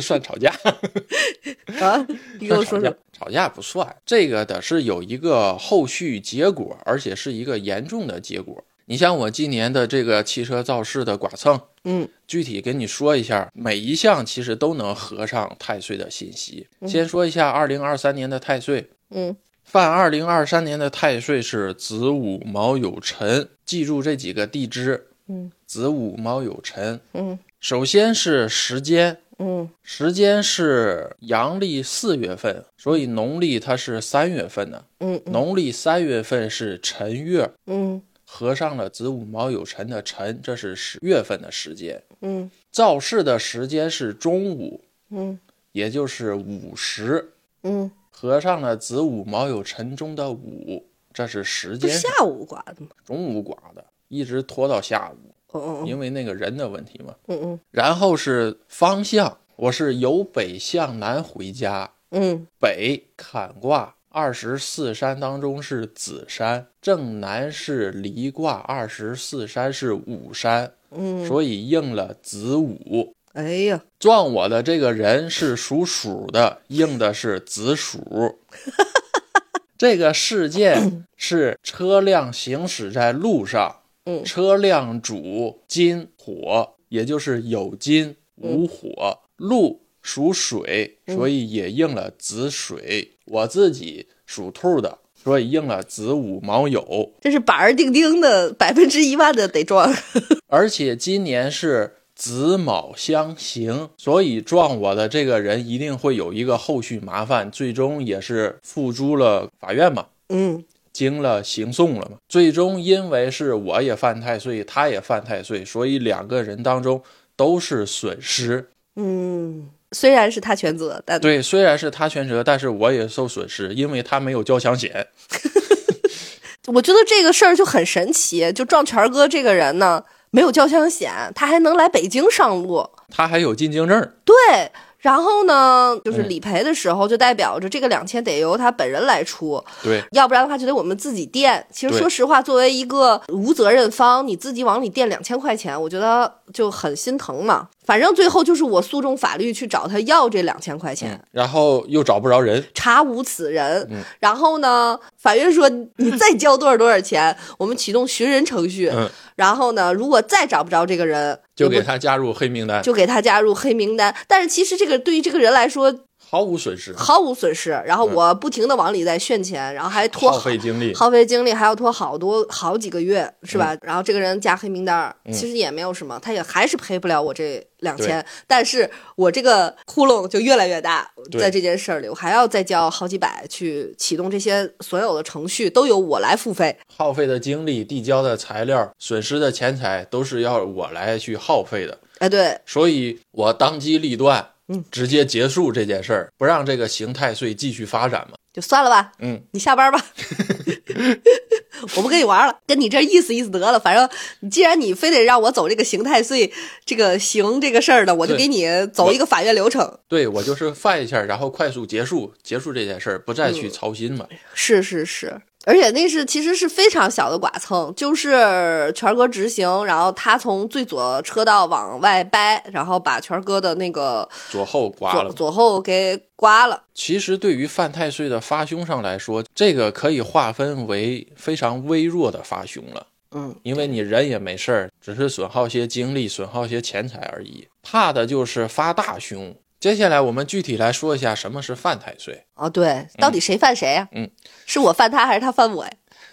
Speaker 2: 算吵架。
Speaker 1: 啊？你给我说
Speaker 2: 那吵
Speaker 1: 说
Speaker 2: 架。吵架不算，这个得是有一个后续结果，而且是一个严重的结果。你像我今年的这个汽车肇事的剐蹭，
Speaker 1: 嗯，
Speaker 2: 具体跟你说一下，每一项其实都能合上太岁的信息。先说一下二零二三年的太岁，
Speaker 1: 嗯，
Speaker 2: 犯二零二三年的太岁是子午卯酉辰，记住这几个地支，
Speaker 1: 嗯，
Speaker 2: 子午卯酉辰，
Speaker 1: 嗯，
Speaker 2: 首先是时间，
Speaker 1: 嗯
Speaker 2: 时间是阳历四月份，所以农历它是三月份的。
Speaker 1: 嗯
Speaker 2: 农历三月份是辰月，
Speaker 1: 嗯
Speaker 2: 合上了子午卯酉辰的辰，这是十月份的时间。
Speaker 1: 嗯
Speaker 2: 造势的时间是中午，
Speaker 1: 嗯
Speaker 2: 也就是午时，
Speaker 1: 嗯，
Speaker 2: 合上了子午卯酉辰中的午，这是时
Speaker 1: 不
Speaker 2: 间
Speaker 1: 是
Speaker 2: 上
Speaker 1: 下午刮的吗？
Speaker 2: 中午刮的，一直拖到下午，
Speaker 1: 哦哦
Speaker 2: 因为那个人的问题嘛。
Speaker 1: 哦嗯
Speaker 2: 然后是方向，我是由北向南回家，
Speaker 1: 嗯
Speaker 2: 北坎卦二十四山当中是子山，正南是离卦，二十四山是午山，
Speaker 1: 嗯嗯，
Speaker 2: 所以应了子午。
Speaker 1: 哎呀，
Speaker 2: 撞我的这个人是属鼠的，应的是子鼠。这个事件是车辆行驶在路上，
Speaker 1: 嗯
Speaker 2: 车辆主金火，也就是有金无火，路属水，所以也应了子水。我自己属兔的，所以应了子午卯酉。
Speaker 1: 这是板儿钉钉的百分之一万的得撞，
Speaker 2: 而且今年是子卯相刑，所以撞我的这个人一定会有一个后续麻烦，最终也是付诸了法院嘛。
Speaker 1: 嗯
Speaker 2: 经了行讼了嘛，最终因为是我也犯太岁，他也犯太岁，所以两个人当中都是损失。
Speaker 1: 嗯，虽然是他全责，但
Speaker 2: 对，虽然是他全责，但是我也受损失，因为他没有交强险。
Speaker 1: 我觉得这个事儿就很神奇，就撞权儿哥这个人呢，没有交强险，他还能来北京上路，
Speaker 2: 他还有进京证，
Speaker 1: 对。然后呢，就是
Speaker 2: 嗯
Speaker 1: 理赔的时候，就代表着这个两千得由他本人来出，
Speaker 2: 对
Speaker 1: 要不然的话就得我们自己垫。其实
Speaker 2: 对
Speaker 1: 说实话，作为一个无责任方，你自己往里垫两千块钱，我觉得就很心疼嘛。反正最后就是我诉讼法律去找他要这两千块钱，
Speaker 2: 然后又找不着人，
Speaker 1: 查无此人。
Speaker 2: 嗯
Speaker 1: 然后呢，法院说你再交多少多少钱， 我们启动寻人程序。
Speaker 2: 嗯
Speaker 1: 然后呢，如果再找不着这个人，
Speaker 2: 就
Speaker 1: 我
Speaker 2: 给
Speaker 1: 们
Speaker 2: 他加入黑名单，
Speaker 1: 就给他加入黑名单。但是其实这个对于这个人来说
Speaker 2: 毫无损失，
Speaker 1: 毫无损失。然后我不停的往里再炫钱，然后还拖
Speaker 2: 嗯耗费精力。
Speaker 1: 耗费精力，还要拖好多好几个月，
Speaker 2: 嗯
Speaker 1: 是吧？然后这个人加黑名单儿，其实也没有什么，他也还是赔不了我这两千，但是我这个窟窿就越来越大，
Speaker 2: 对
Speaker 1: 在这件事儿里，我还要再交好几百去启动这些所有的程序，都由我来付费。
Speaker 2: 耗费的精力、递交的材料、损失的钱财，都是要我来去耗费的。
Speaker 1: 哎，对，
Speaker 2: 所以我当机立断，
Speaker 1: 嗯，
Speaker 2: 直接结束这件事儿，不让这个邢太岁继续发展嘛。
Speaker 1: 就算了吧，
Speaker 2: 嗯，
Speaker 1: 你下 班吧，我不跟你玩了，跟你这意思意思得了。反正你既然你非得让我走这个刑太岁这个刑这个事儿呢，我就
Speaker 2: 对
Speaker 1: 给你走一个法院流程。
Speaker 2: 对我就是犯一下，然后快速结束，结束这件事儿，不再
Speaker 1: 嗯
Speaker 2: 去操心嘛。
Speaker 1: 是是是，而且那是其实是非常小的剐蹭，就是权哥直行，然后他从最左车道往外掰，然后把权哥的那个
Speaker 2: 左后刮
Speaker 1: 左
Speaker 2: 了。
Speaker 1: 左后给刮了。
Speaker 2: 其实对于犯太岁的发凶上来说，这个可以划分为非常微弱的发凶了。
Speaker 1: 嗯，
Speaker 2: 因为你人也没事儿，只是损耗些精力、损耗些钱财而已。怕的就是发大凶。接下来我们具体来说一下什么是犯太岁。
Speaker 1: 哦对，到底谁犯谁呀、
Speaker 2: 嗯，
Speaker 1: 是我犯他还是他犯我呀？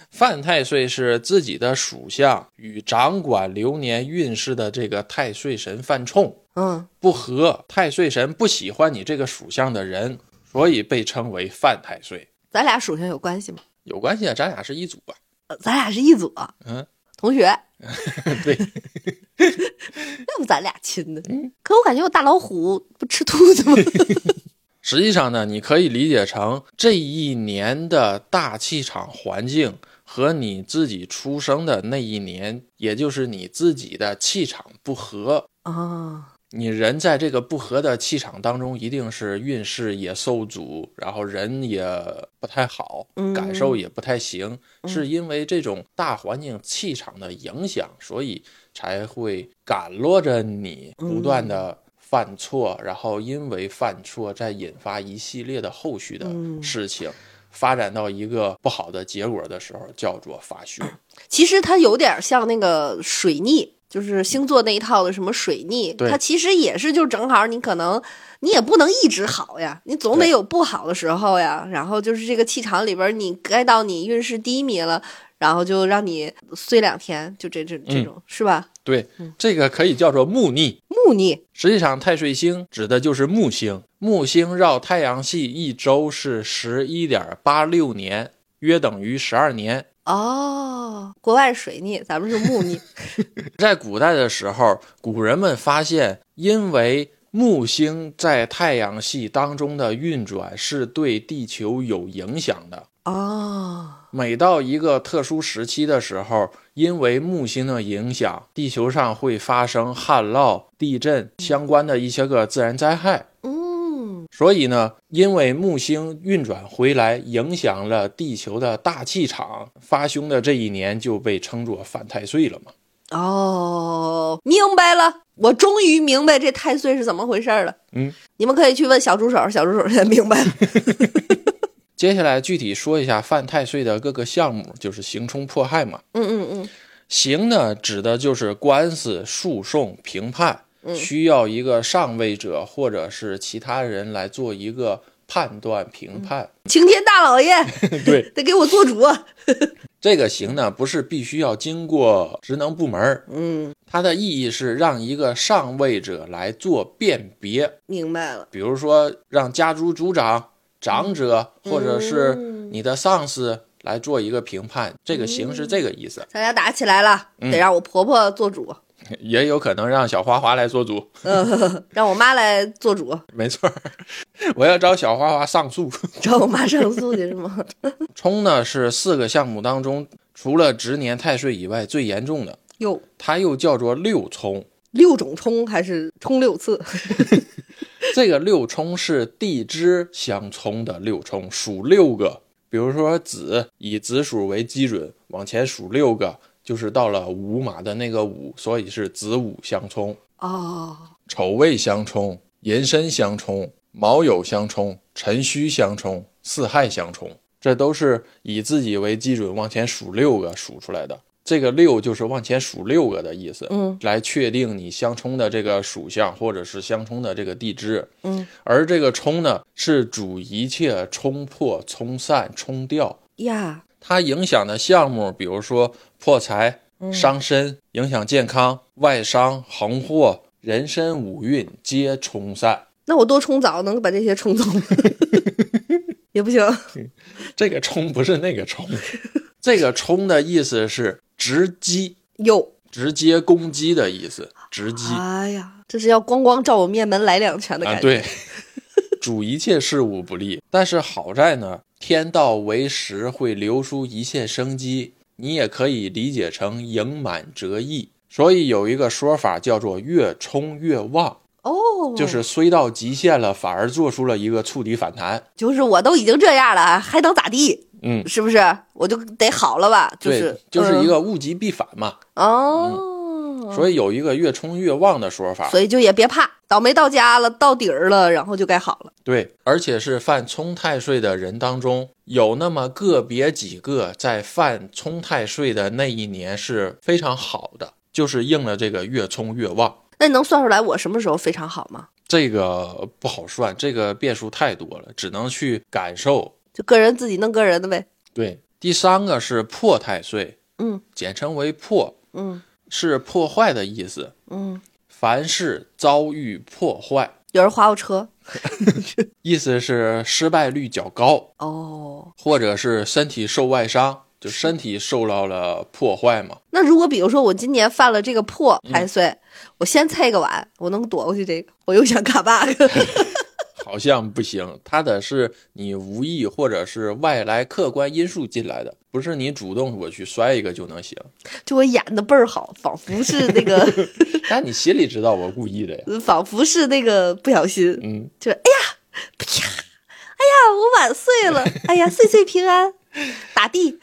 Speaker 2: 犯太岁是自己的属相与掌管流年运势的这个太岁神犯冲
Speaker 1: 嗯，
Speaker 2: 不合，太岁神不喜欢你这个属相的人，所以被称为犯太岁。
Speaker 1: 咱俩属相有关系吗？
Speaker 2: 有关系啊，咱俩是一组啊。
Speaker 1: 呃咱俩是一组，
Speaker 2: 嗯，
Speaker 1: 同学，
Speaker 2: 对， 嗯
Speaker 1: 要不咱俩亲的？可我感觉我大老虎不吃兔子吗？
Speaker 2: 实际上呢，你可以理解成这一年的大气场环境和你自己出生的那一年，也就是你自己的气场不合。
Speaker 1: 啊，
Speaker 2: 你人在这个不合的气场当中，一定是运势也受阻，然后人也不太好
Speaker 1: 嗯，
Speaker 2: 感受也不太行，是因为这种大环境气场的影响，所以才会赶落着你
Speaker 1: 嗯
Speaker 2: 不断的犯错，然后因为犯错再引发一系列的后续的
Speaker 1: 嗯
Speaker 2: 事情，发展到一个不好的结果的时候，叫做发凶。
Speaker 1: 其实它有点像那个水逆，就是星座那一套的什么水逆，
Speaker 2: 对
Speaker 1: 它其实也是就正好你可能你也不能一直好呀，你总得
Speaker 2: 对
Speaker 1: 有不好的时候呀。然后就是这个气场里边儿，你该到你运势低迷了，然后就让你衰两天，就这这
Speaker 2: 嗯
Speaker 1: 这种、是吧？
Speaker 2: 对，
Speaker 1: 嗯
Speaker 2: 这个可以叫做木逆。
Speaker 1: 木逆，
Speaker 2: 实际上，太岁星指的就是木星。木星绕太阳系一周是十一点八六年，约等于十二年。
Speaker 1: 哦，国外是水逆，咱们是木 逆，
Speaker 2: 在古代的时候，古人们发现，因为木星在太阳系当中的运转是对地球有影响的。
Speaker 1: 哦。
Speaker 2: 每到一个特殊时期的时候，因为木星的影响，地球上会发生旱涝、地震相关的一些个自然灾害。
Speaker 1: 嗯，
Speaker 2: 所以呢，因为木星运转回来，影响了地球的大气场，发凶的这一年就被称作犯太岁了嘛。
Speaker 1: 哦，明白了，我终于明白这太岁是怎么回事儿了。
Speaker 2: 嗯，
Speaker 1: 你们可以去问小助手，小助手现在明白了。
Speaker 2: 接下来具体说一下犯太岁的各个项目，就是刑冲迫害嘛。
Speaker 1: 嗯嗯嗯，
Speaker 2: 刑呢，指的就是官司、诉讼、评判，需要一个上位者或者是其他人来做一个判断、评判。
Speaker 1: 晴天大老爷
Speaker 2: 对，
Speaker 1: 得给我做主啊。
Speaker 2: 这个刑呢，不是必须要经过职能部门儿，
Speaker 1: 嗯，
Speaker 2: 它的意义是让一个上位者来做辨别，
Speaker 1: 明白了。
Speaker 2: 比如说让家族族长、长者或者是你的上司来做一个评判，这个刑是这个意思，
Speaker 1: 咱俩打起来了，得让我婆婆做主，
Speaker 2: 也有可能让小花花来做主，
Speaker 1: 嗯，让我妈来做主，
Speaker 2: 没错儿，我要找小花花上诉。
Speaker 1: 找我妈上诉去是吗？
Speaker 2: 冲呢是四个项目当中除了值年太岁以外最严重的，
Speaker 1: 哟，
Speaker 2: 它又叫做六冲。
Speaker 1: 六种冲还是冲六次？
Speaker 2: 这个六冲是地支相冲的六冲，数六个。比如说子，以子鼠为基准，往前数六个，就是到了午马的那个午，所以是子午相冲。
Speaker 1: 哦，
Speaker 2: 丑未相冲，寅申相冲，卯酉相冲，辰戌相冲，巳亥相冲，这都是以自己为基准往前数六个数出来的。这个六就是往前数六个的意思，
Speaker 1: 嗯，
Speaker 2: 来确定你相冲的这个属相或者是相冲的这个地支，
Speaker 1: 嗯，
Speaker 2: 而这个冲呢是主一切冲破、冲散、冲掉，
Speaker 1: 呀，
Speaker 2: 它影响的项目，比如说破财、
Speaker 1: 嗯
Speaker 2: 伤身、影响健康、外伤、横祸、人身五运皆冲散。
Speaker 1: 那我多冲澡能把这些冲走吗？ 也不行。
Speaker 2: 这个冲不是那个冲，这个冲的意思是直击、
Speaker 1: 哟，
Speaker 2: 直接攻击的意思，直击
Speaker 1: 哎呀，这是要咣咣照我面门来两拳的
Speaker 2: 啊，
Speaker 1: 感觉。
Speaker 2: 对， 主一切事物不利。但是好在呢，天道为食，会留出一线生机。你也可以理解成盈满折溢。所以有一个说法叫做“越冲越旺”，
Speaker 1: 哦，
Speaker 2: 就是虽到极限了，反而做出了一个触底反弹。
Speaker 1: 就是我都已经这样了，还能咋地？
Speaker 2: 嗯，
Speaker 1: 是不是？我就得好了吧？就
Speaker 2: 对，
Speaker 1: 是
Speaker 2: 就是一
Speaker 1: 嗯
Speaker 2: 个物极必反嘛。
Speaker 1: 哦，
Speaker 2: 所以有一个“越冲越旺”的说法。
Speaker 1: 所以就也别怕，倒霉到家了，到底儿了，然后就该好了。
Speaker 2: 对，而且是犯冲太岁的人当中，有那么个别几个在犯冲太岁的那一年是非常好的，就是应了这个越冲越旺。
Speaker 1: 那你能算出来我什么时候非常好吗？
Speaker 2: 这个不好算，这个变数太多了，只能去感受。
Speaker 1: 就个人自己弄个人的呗。
Speaker 2: 对，第三个是破太岁，
Speaker 1: 嗯
Speaker 2: 简称为破，
Speaker 1: 嗯
Speaker 2: 是破坏的意思。
Speaker 1: 嗯，
Speaker 2: 凡是遭遇破坏，
Speaker 1: 有人划我车
Speaker 2: 意思是失败率较高，
Speaker 1: 哦。
Speaker 2: 或者是身体受外伤，就身体受到了破坏嘛。
Speaker 1: 那如果比如说我今年犯了这个破
Speaker 2: 嗯
Speaker 1: 太岁，我先猜个碗，我能躲过去这个，我又想卡 bug。
Speaker 2: 好像不行，它的是你无意或者是外来客观因素进来的，不是你主动我去摔一个就能行。
Speaker 1: 就我演的倍儿好，仿佛是那 个，
Speaker 2: 但你心里知道我故意的呀。
Speaker 1: 仿佛是那个不小心，
Speaker 2: 嗯，
Speaker 1: 就哎呀，啪，哎呀，我碗碎 了，哎呀，岁岁平安，打地，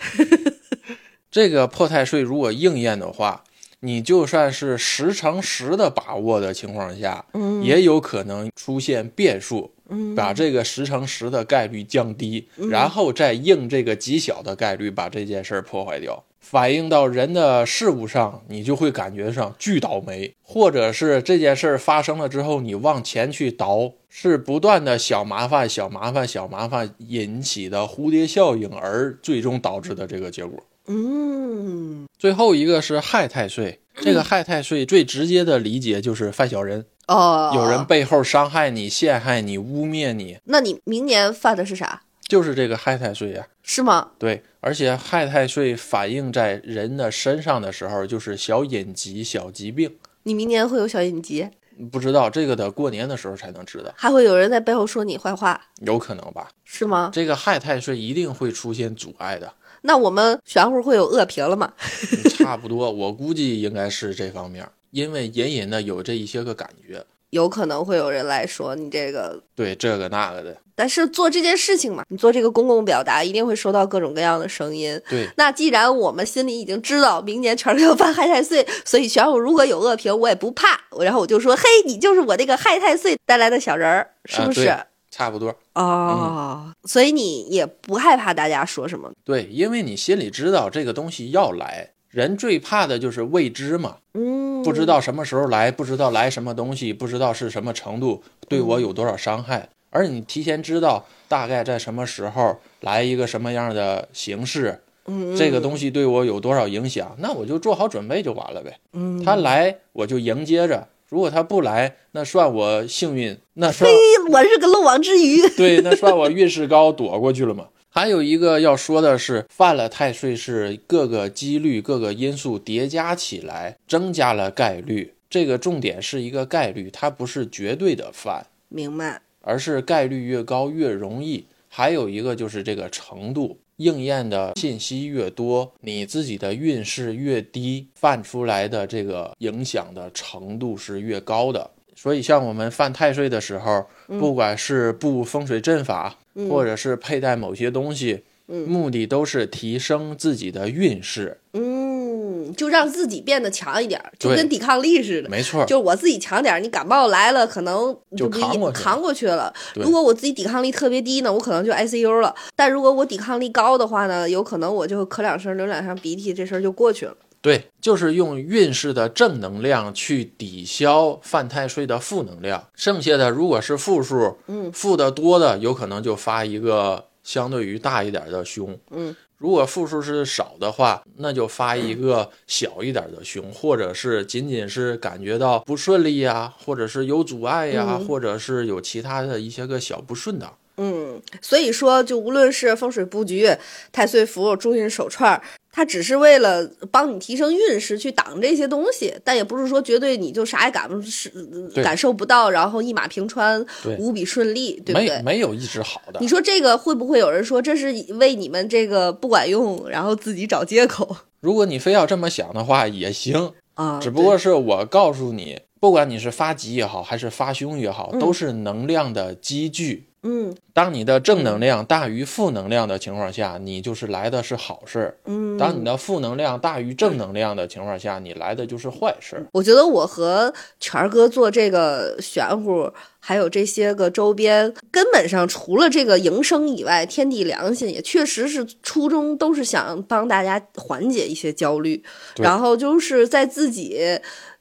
Speaker 2: 这个破太岁如果应验的话，你就算是十乘十的把握的情况下，
Speaker 1: 嗯
Speaker 2: 也有可能出现变数，
Speaker 1: 嗯
Speaker 2: 把这个十乘十的概率降低，然后再应这个极小的概率把这件事儿破坏掉。反映到人的事物上，你就会感觉上巨倒霉，或者是这件事儿发生了之后，你往前去倒，是不断的小麻烦、小麻烦、小麻烦引起的蝴蝶效应，而最终导致的这个结果。
Speaker 1: 嗯，
Speaker 2: 最后一个是害太岁，这个害太岁最直接的理解就是犯小人，
Speaker 1: 哦，
Speaker 2: 有人，背后伤害你、陷害你、污蔑你，
Speaker 1: 那你明年犯的是啥？
Speaker 2: 就是这个害太岁呀、
Speaker 1: 是吗？
Speaker 2: 对，而且害太岁反映在人的身上的时候，就是小隐疾、小疾病。
Speaker 1: 你明年会有小隐疾，
Speaker 2: 不知道这个得过年的时候才能知道，
Speaker 1: 还会有人在背后说你坏话，
Speaker 2: 有可能吧？
Speaker 1: 是吗？
Speaker 2: 这个害太岁一定会出现阻碍的，
Speaker 1: 那我们玄乎会有恶评了吗？
Speaker 2: 嗯差不多，我估计应该是这方面，因为隐隐的有这一些个感觉，
Speaker 1: 有可能会有人来说你这个
Speaker 2: 对这个那个的，
Speaker 1: 但是做这件事情嘛，你做这个公共表达，一定会收到各种各样的声音。
Speaker 2: 对。
Speaker 1: 那既然我们心里已经知道明年全是要犯害太岁，所以玄武如果有恶评，我也不怕。我然后我就说，嘿，你就是我那个害太岁带来的小人儿，是不是？
Speaker 2: 啊对嗯差不多，
Speaker 1: 哦，所以你也不害怕大家说什么？
Speaker 2: 对，因为你心里知道这个东西要来，人最怕的就是未知嘛，
Speaker 1: 嗯，
Speaker 2: 不知。道什么时候来，不知道来什么东西，不知道是什么程度，对我有多少伤害。而你提前知道大概在什么时候来一个什么样的形式，
Speaker 1: 嗯，
Speaker 2: 这个东西对我有多少影响，那我就做好准备就完了呗。
Speaker 1: 嗯，
Speaker 2: 他来我就迎接着，如果他不来，那算我幸运，那算
Speaker 1: 嘿，我是个漏网之鱼。
Speaker 2: 对，那算我运势高，躲过去了嘛。还有一个要说的是，犯了太岁是各个几率、各个因素叠加起来，增加了概率。这个重点是一个概率，它不是绝对的犯，
Speaker 1: 明白。
Speaker 2: 而是概率越高越容易。还有一个就是这个程度，应验的信息越多，你自己的运势越低，犯出来的这个影响的程度是越高的。所以，像我们犯太岁的时候，不管是布风水阵法，或者是佩戴某些东西，
Speaker 1: 嗯
Speaker 2: 目的都是提升自己的运势。
Speaker 1: 嗯，就让自己变得强一点儿，就
Speaker 2: 对
Speaker 1: 跟抵抗力似的。
Speaker 2: 没错，
Speaker 1: 就是我自己强点儿，你感冒来了，可能你
Speaker 2: 就
Speaker 1: 不
Speaker 2: 扛
Speaker 1: 一
Speaker 2: 过去了
Speaker 1: 扛过去了。
Speaker 2: 对
Speaker 1: 如果我自己抵抗力特别低呢，我可能就 ICU 了。但如果我抵抗力高的话呢，有可能我就咳两声、流两声鼻涕，这事儿就过去了。
Speaker 2: 对，就是用运势的正能量去抵消犯太岁的负能量，剩下的如果是负数，
Speaker 1: 嗯，
Speaker 2: 负的多的有可能就发一个相对于大一点的凶，
Speaker 1: 嗯，
Speaker 2: 如果负数是少的话，那就发一个小一点的凶，或者是仅仅是感觉到不顺利呀、或者是有阻碍呀、
Speaker 1: 嗯
Speaker 2: 或者是有其他的一些个小不顺当。
Speaker 1: 嗯，所以说，就无论是风水布局、太岁符、中运手串儿，它只是为了帮你提升运势，去挡这些东西，但也不是说绝对你就啥也感不是呃
Speaker 2: 对
Speaker 1: 感受不到，然后一马平川
Speaker 2: 对，
Speaker 1: 无比顺利，对不对？
Speaker 2: 没没有一直好的
Speaker 1: 你，说这个会不会有人说这是为你们这个不管用，然后自己找借口
Speaker 2: 如果你非要这么想的话也行，
Speaker 1: 啊？
Speaker 2: 只不过是我告诉你，不管你是发吉也好，还是发凶也好，
Speaker 1: 嗯
Speaker 2: 都是能量的积聚。
Speaker 1: 对嗯
Speaker 2: 当你的正能量大于负能量的情况下，你就是来的是好事儿；
Speaker 1: 嗯，
Speaker 2: 当你的负能量大于正能量的情况下，你来的就是坏事儿。
Speaker 1: 我觉得我和全儿哥做这个玄乎，还有这些个周边，根本上除了这个营生以外，天地良心也确实是初衷都是想帮大家缓解一些焦虑，
Speaker 2: 对
Speaker 1: 然后就是在自己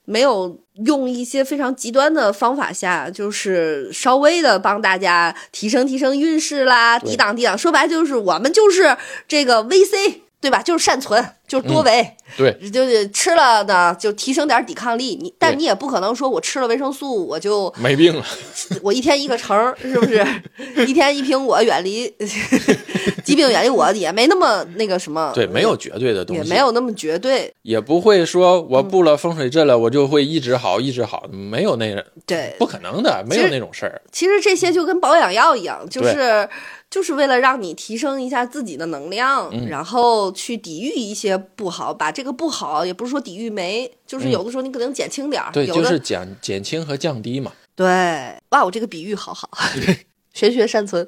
Speaker 1: 没有用一些非常极端的方法下，就是稍微的帮大家提升提升运势啦，
Speaker 2: 对
Speaker 1: 抵挡抵挡。说白就是我们就是这个 VC。对吧？就是善存，就是
Speaker 2: 嗯
Speaker 1: 多维，
Speaker 2: 对，
Speaker 1: 就是吃了呢，就提升点抵抗力。你，但
Speaker 2: 对
Speaker 1: 你也不可能说我吃了维生素，我就
Speaker 2: 没病了，
Speaker 1: 我一天一个橙儿， 是不 是？一天一苹果，远离 疾病，远离我，也没那么那个什么，呃
Speaker 2: 对，没有绝对的东
Speaker 1: 也
Speaker 2: 西，
Speaker 1: 没有那嗯么绝对，
Speaker 2: 也不会说我布了风水阵了，我就会一直好，一直好，没有那
Speaker 1: 对。
Speaker 2: 不可能的，没有
Speaker 1: 其实
Speaker 2: 那种事儿。
Speaker 1: 其实这些就跟保养药一样，就
Speaker 2: 对
Speaker 1: 是就是为了让你提升一下自己的能量，
Speaker 2: 嗯
Speaker 1: 然后去抵御一些不好，把这个不好也不是说抵御没，就是有的时候你可能减轻点儿，
Speaker 2: 嗯对，
Speaker 1: 啊有
Speaker 2: 就
Speaker 1: 的、
Speaker 2: 是减减轻和降低嘛。
Speaker 1: 对。哇，我这个比喻 好好，玄学善存。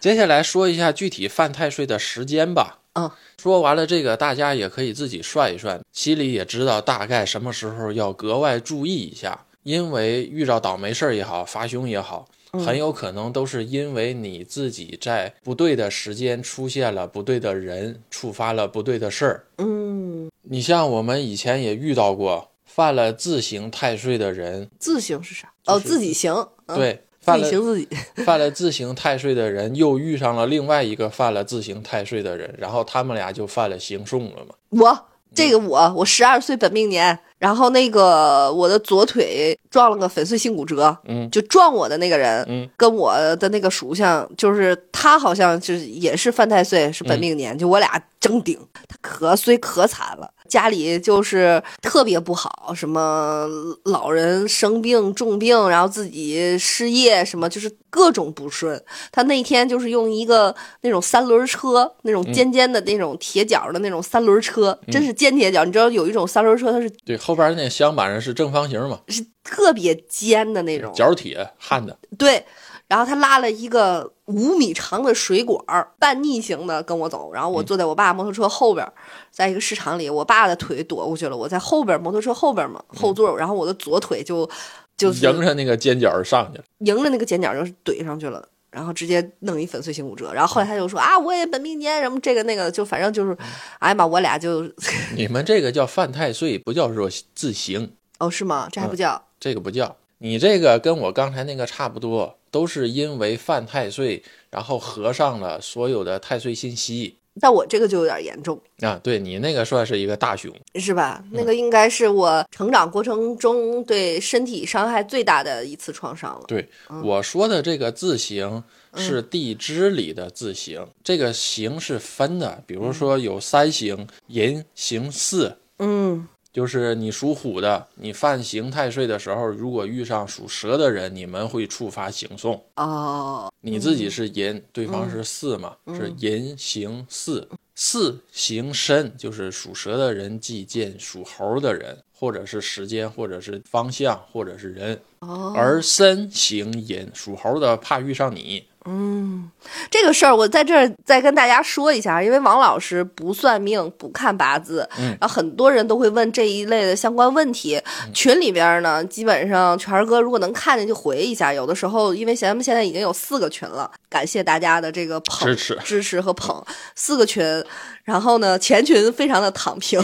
Speaker 2: 接下来说一下具体犯太岁的时间吧。
Speaker 1: 嗯，
Speaker 2: 说完了这个，大家也可以自己算一算，心里也知道大概什么时候要格外注意一下，因为遇到倒霉事儿也好，发凶也好，
Speaker 1: 嗯
Speaker 2: 很有可能都是因为你自己在不对的时间出现了不对的人，触发了不对的事儿。
Speaker 1: 嗯，
Speaker 2: 你像我们以前也遇到过犯了自行太岁的人，
Speaker 1: 自行是啥？哦，
Speaker 2: 就是
Speaker 1: 自己行，嗯、，
Speaker 2: 对，犯
Speaker 1: 自己
Speaker 2: 了
Speaker 1: 行自己。
Speaker 2: 犯了自行太岁的人，又遇上了另外一个犯了自行太岁的人，然后他们俩就犯了行讼了嘛。
Speaker 1: 我这个我我十二岁本命年，然后那个我的左腿撞了个粉碎性骨折，
Speaker 2: 嗯
Speaker 1: 就撞我的那个人，
Speaker 2: 嗯，
Speaker 1: 跟我的那个属相，就是他好像就是也是犯太岁，是
Speaker 2: 嗯
Speaker 1: 本命年，就我俩争顶，他可虽可惨了。家里就是特别不好，什么老人生病重病，然后自己失业，什么就是各种不顺。他那天就是用一个那种三轮车，那
Speaker 2: 嗯
Speaker 1: 种尖尖的那种铁角的那种三轮车，真是尖铁角。你知道有一种三轮车，它是
Speaker 2: 对，后边那镶板上是正方形嘛，
Speaker 1: 是特别尖的那种，
Speaker 2: 角铁焊的，
Speaker 1: 对，然后他拉了一个五米长的水管儿，半逆行的跟我走，然
Speaker 2: 嗯
Speaker 1: 后我坐在我爸摩托车后边儿，在一个市场里，我爸的腿躲过去了，我在后边儿摩托车后边儿嘛
Speaker 2: 嗯
Speaker 1: 后座，然后我的左腿就就是
Speaker 2: 迎着那个尖角上去了。
Speaker 1: 迎着那个剪角就是怼上去了，然后直接弄一粉碎性骨折。然后后来他就说啊，我也本命年什么这个那个，就反正就是，哎呀妈，我俩就
Speaker 2: 你们这个叫犯太岁，不叫说自行，
Speaker 1: 哦是吗？这还不叫
Speaker 2: 这个不叫。你这个跟我刚才那个差不多，都是因为犯太岁，然后合上了所有的太岁信息
Speaker 1: 但我这个就有点严重，
Speaker 2: 啊。对你那个算是一个大凶，
Speaker 1: 是吧？那个应该是我成长过程中对身体伤害最大的一次创伤了。
Speaker 2: 对，我说的这个字形是地支里的字形，这个形是分的，比如说有三形，寅、形巳，
Speaker 1: 嗯
Speaker 2: 就是你属虎的，你犯刑太岁的时候，如果遇上属蛇的人，你们会触发刑讼。
Speaker 1: 哦，
Speaker 2: 你自己是寅，对方是巳嘛，是寅刑巳。巳刑申，就是属蛇的人忌见属猴的人，或者是时间，或者是方向，或者是人。
Speaker 1: 哦
Speaker 2: 而申刑寅，属猴的怕遇上你。
Speaker 1: 嗯这个事儿我在这儿再跟大家说一下，因为王老师不算命，不看八字，
Speaker 2: 嗯
Speaker 1: 然后很多人都会问这一类的相关问题。群里边呢，基本上全儿哥如果能看见就回一下，有的时候因为咱们现在已经有四个群了，感谢大家的这个捧
Speaker 2: 支持
Speaker 1: 支持和捧，四个群，然后呢前群非常的躺 平，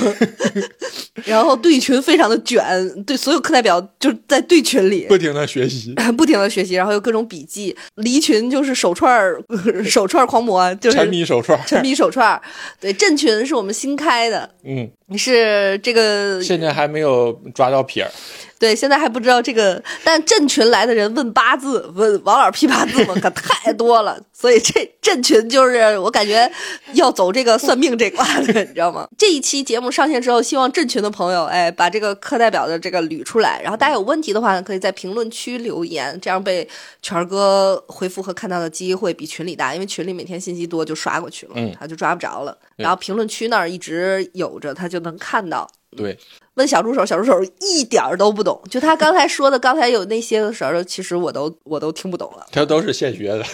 Speaker 1: 然后对群非常的卷，对所有课代表就是在对群里，
Speaker 2: 不停的 学习，
Speaker 1: 不停的学习，然后有各种笔记，离群就是手串儿， 手串儿狂魔，就是
Speaker 2: 沉迷手串。
Speaker 1: 沉迷手串儿。对，镇群是我们新开的，
Speaker 2: 嗯，
Speaker 1: 是这个
Speaker 2: 现在还没有抓到撇儿。
Speaker 1: 对，现在还不知道这个，但镇群来的人问八字，问王老师批八字嘛，可太多了，所以这镇群就是我感觉要走这个算命这挂的，你知道吗？这一期节目上线之后，希望镇群的朋友，哎，把这个课代表的这个捋出来，然后大家有问题的话呢，可以在评论区留言，这样被全儿哥回复和看到的机会比群里大，因为群里每天信息多，就刷过去了，
Speaker 2: 嗯
Speaker 1: 他就抓不着了。
Speaker 2: 对
Speaker 1: 然后评论区那儿一直有着，他就能看到。
Speaker 2: 对，
Speaker 1: 问小助手，小助手一点儿都不懂。就他刚才说的，刚才有那些的时候，其实我都我都听不懂了。
Speaker 2: 这都是现学的。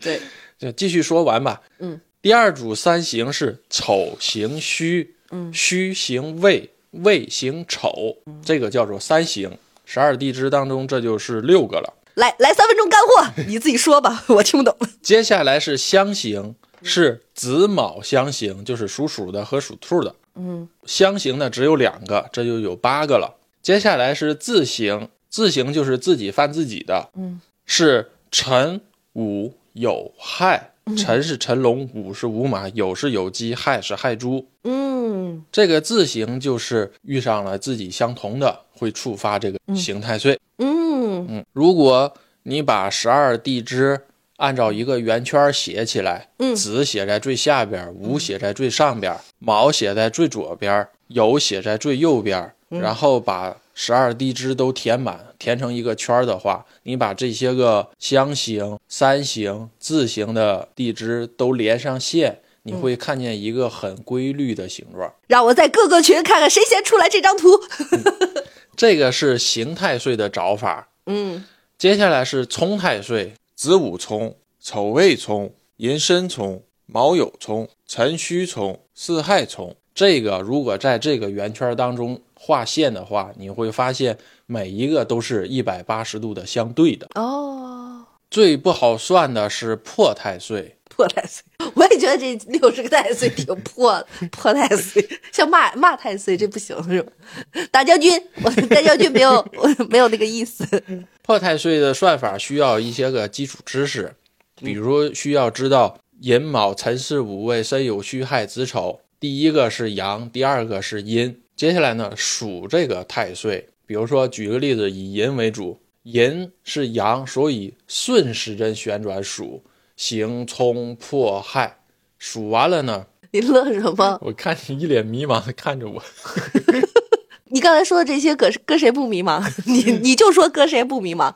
Speaker 1: 对，
Speaker 2: 就继续说完吧。
Speaker 1: 嗯，
Speaker 2: 第二组三行是丑行戌，
Speaker 1: 嗯
Speaker 2: 戌行未，未行丑，这个叫做三行。十二地支当中，这就是六个了。
Speaker 1: 来来三分钟干货，你自己说吧，我听不懂。
Speaker 2: 接
Speaker 1: 嗯
Speaker 2: 下来是相刑，是子卯相刑，就是属鼠的和属兔的。
Speaker 1: 嗯
Speaker 2: 相形的只有两个，这就有八个了。接下来是自行，自行就是自己犯自己的，
Speaker 1: 嗯，
Speaker 2: 是辰午酉亥，辰是辰龙，午是午马，酉是酉鸡，亥是亥猪。
Speaker 1: 嗯
Speaker 2: 这个自行就是遇上了自己相同的，会触发这个刑太岁。
Speaker 1: 嗯
Speaker 2: 嗯，如果你把十二地支按照一个圆圈写起来，
Speaker 1: 嗯
Speaker 2: 子写在最下边，午写在最上边，卯写在最左边，酉写在最右边，然后把十二地支都填满，填成一个圈儿的话，你把这些个相形、三形、字形的地支都连上线，你会看见一个很规律的形状。
Speaker 1: 让我在各个群看看谁先出来这张图。
Speaker 2: 这个是刑太岁的找法。
Speaker 1: 嗯
Speaker 2: 接下来是冲太岁，子午冲、丑未冲、寅申冲、卯酉冲、辰戌冲、巳亥冲。这个如果在这个圆圈当中画线的话，你会发现每一个都是一百八十度的相对的。
Speaker 1: 哦，
Speaker 2: 最不好算的是破太岁，
Speaker 1: 破太岁，我也觉得这六十个太岁挺破的，破太岁像骂骂太岁这不行是吧？大将军，我大将军没有我没有那个意思。
Speaker 2: 破太岁的算法需要一些个基础知识，比如需要知道寅卯辰巳午未申酉戌亥子丑，第一个是阳，第二个是阴。接下来呢，属这个太岁，比如说举个例子，以寅为主，寅是阳，所以顺时针旋转属行冲破亥。数完了呢，
Speaker 1: 你乐什么？
Speaker 2: 我看你一脸迷茫的看着我，
Speaker 1: 你刚才说的这些搁搁谁不迷茫？你你就说搁谁不迷茫？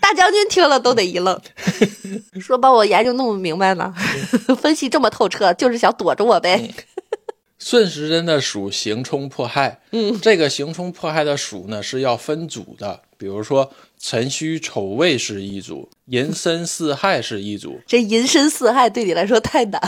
Speaker 1: 大将军听了都得一愣，说把我研究弄明白了， 分析这么透彻，就是想躲着我呗。
Speaker 2: 顺时针的数行冲破亥，嗯，这个行冲破亥的数呢是要分组的，比如说辰戌丑未是一组，寅申巳亥是一组，
Speaker 1: 这寅申巳亥对你来说太难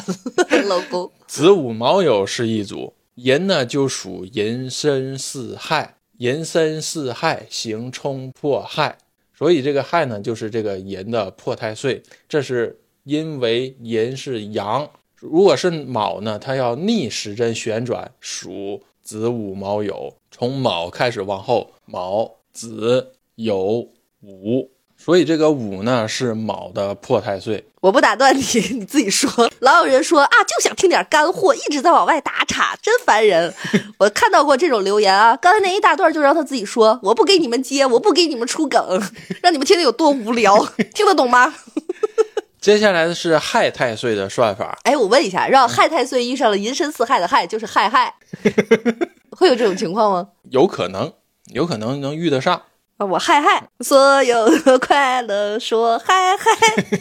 Speaker 1: 了， 老公。
Speaker 2: 子午卯酉是一组。寅呢就属寅申巳亥，寅申巳亥行冲破亥，所以这个亥呢就是这个寅的破太岁，这是因为寅是阳，如果是卯呢，它要逆时针旋转属子午卯酉，从卯开始往后，卯子酉午，所以这个午呢是卯的破太岁，
Speaker 1: 我不打断你， 你自己说。老有人说啊，就想听点干货，一直在往外打岔，真烦人。我看到过这种留言啊，刚才那一大段就让他自己说，我不给你们接，我不给你们出梗， 让你们听得有多无聊，听得懂吗？
Speaker 2: 接下来的是亥太岁的算法。
Speaker 1: 哎，我问一下，让亥太岁遇上了寅申巳亥的亥，就是亥亥， 会有这种情况吗？
Speaker 2: 有可能，有可能能遇得上。
Speaker 1: 啊，我嗨嗨，所有的快乐说嗨嗨，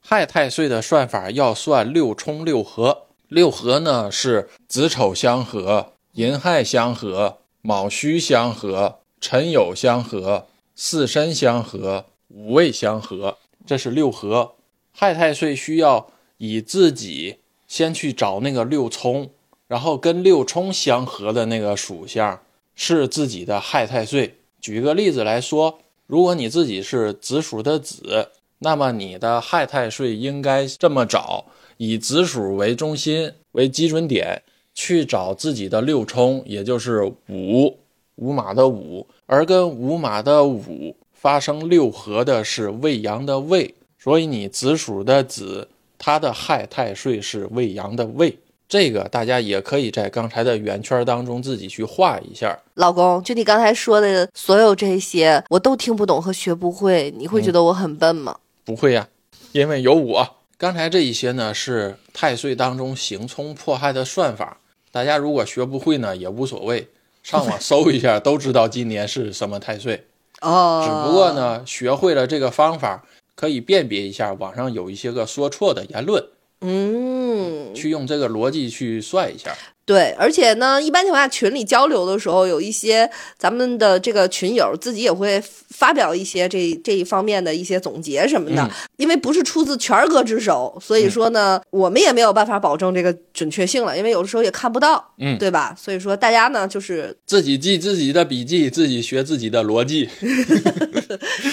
Speaker 2: 亥太岁的算法要算六冲六合，六合呢是子丑相合、寅亥相合、卯戌相合、辰酉相合、巳申相合、午未相合，这是六合。亥太岁需要以自己先去找那个六冲，然后跟六冲相合的那个属相是自己的亥太岁。举一个例子来说，如果你自己是子鼠的子，那么你的亥太岁应该这么找：以子鼠为中心为基准点去找自己的六冲，也就是午午马的午，而跟午马的午发生六合的是未阳的未，所以你子鼠的子，它的亥太岁是未阳的未。这个大家也可以在刚才的圆圈当中自己去画一下。
Speaker 1: 老公，就你刚才说的所有这些，我都听不懂和学不会，你会觉得我很笨吗？
Speaker 2: 不会呀、因为有我。刚才这一些呢是太岁当中刑冲迫害的算法，大家如果学不会呢也无所谓，上网搜一下都知道今年是什么太岁。
Speaker 1: 哦
Speaker 2: 只不过，呢，学会了这个方法，可以辨别一下网上有一些个说错的言论，
Speaker 1: 嗯，
Speaker 2: 去用这个逻辑去算一下。
Speaker 1: 对，而且呢，一般情况下群里交流的时候，有一些咱们的这个群友自己也会发表一些这这一方面的一些总结什么的，
Speaker 2: 嗯
Speaker 1: 因为不是出自权儿哥之手，所以说呢，我们也没有办法保证这个准确性了，因为有的时候也看不到，
Speaker 2: 嗯
Speaker 1: 对吧？所以说大家呢，就是
Speaker 2: 自己记自己的笔记，自己学自己的逻辑。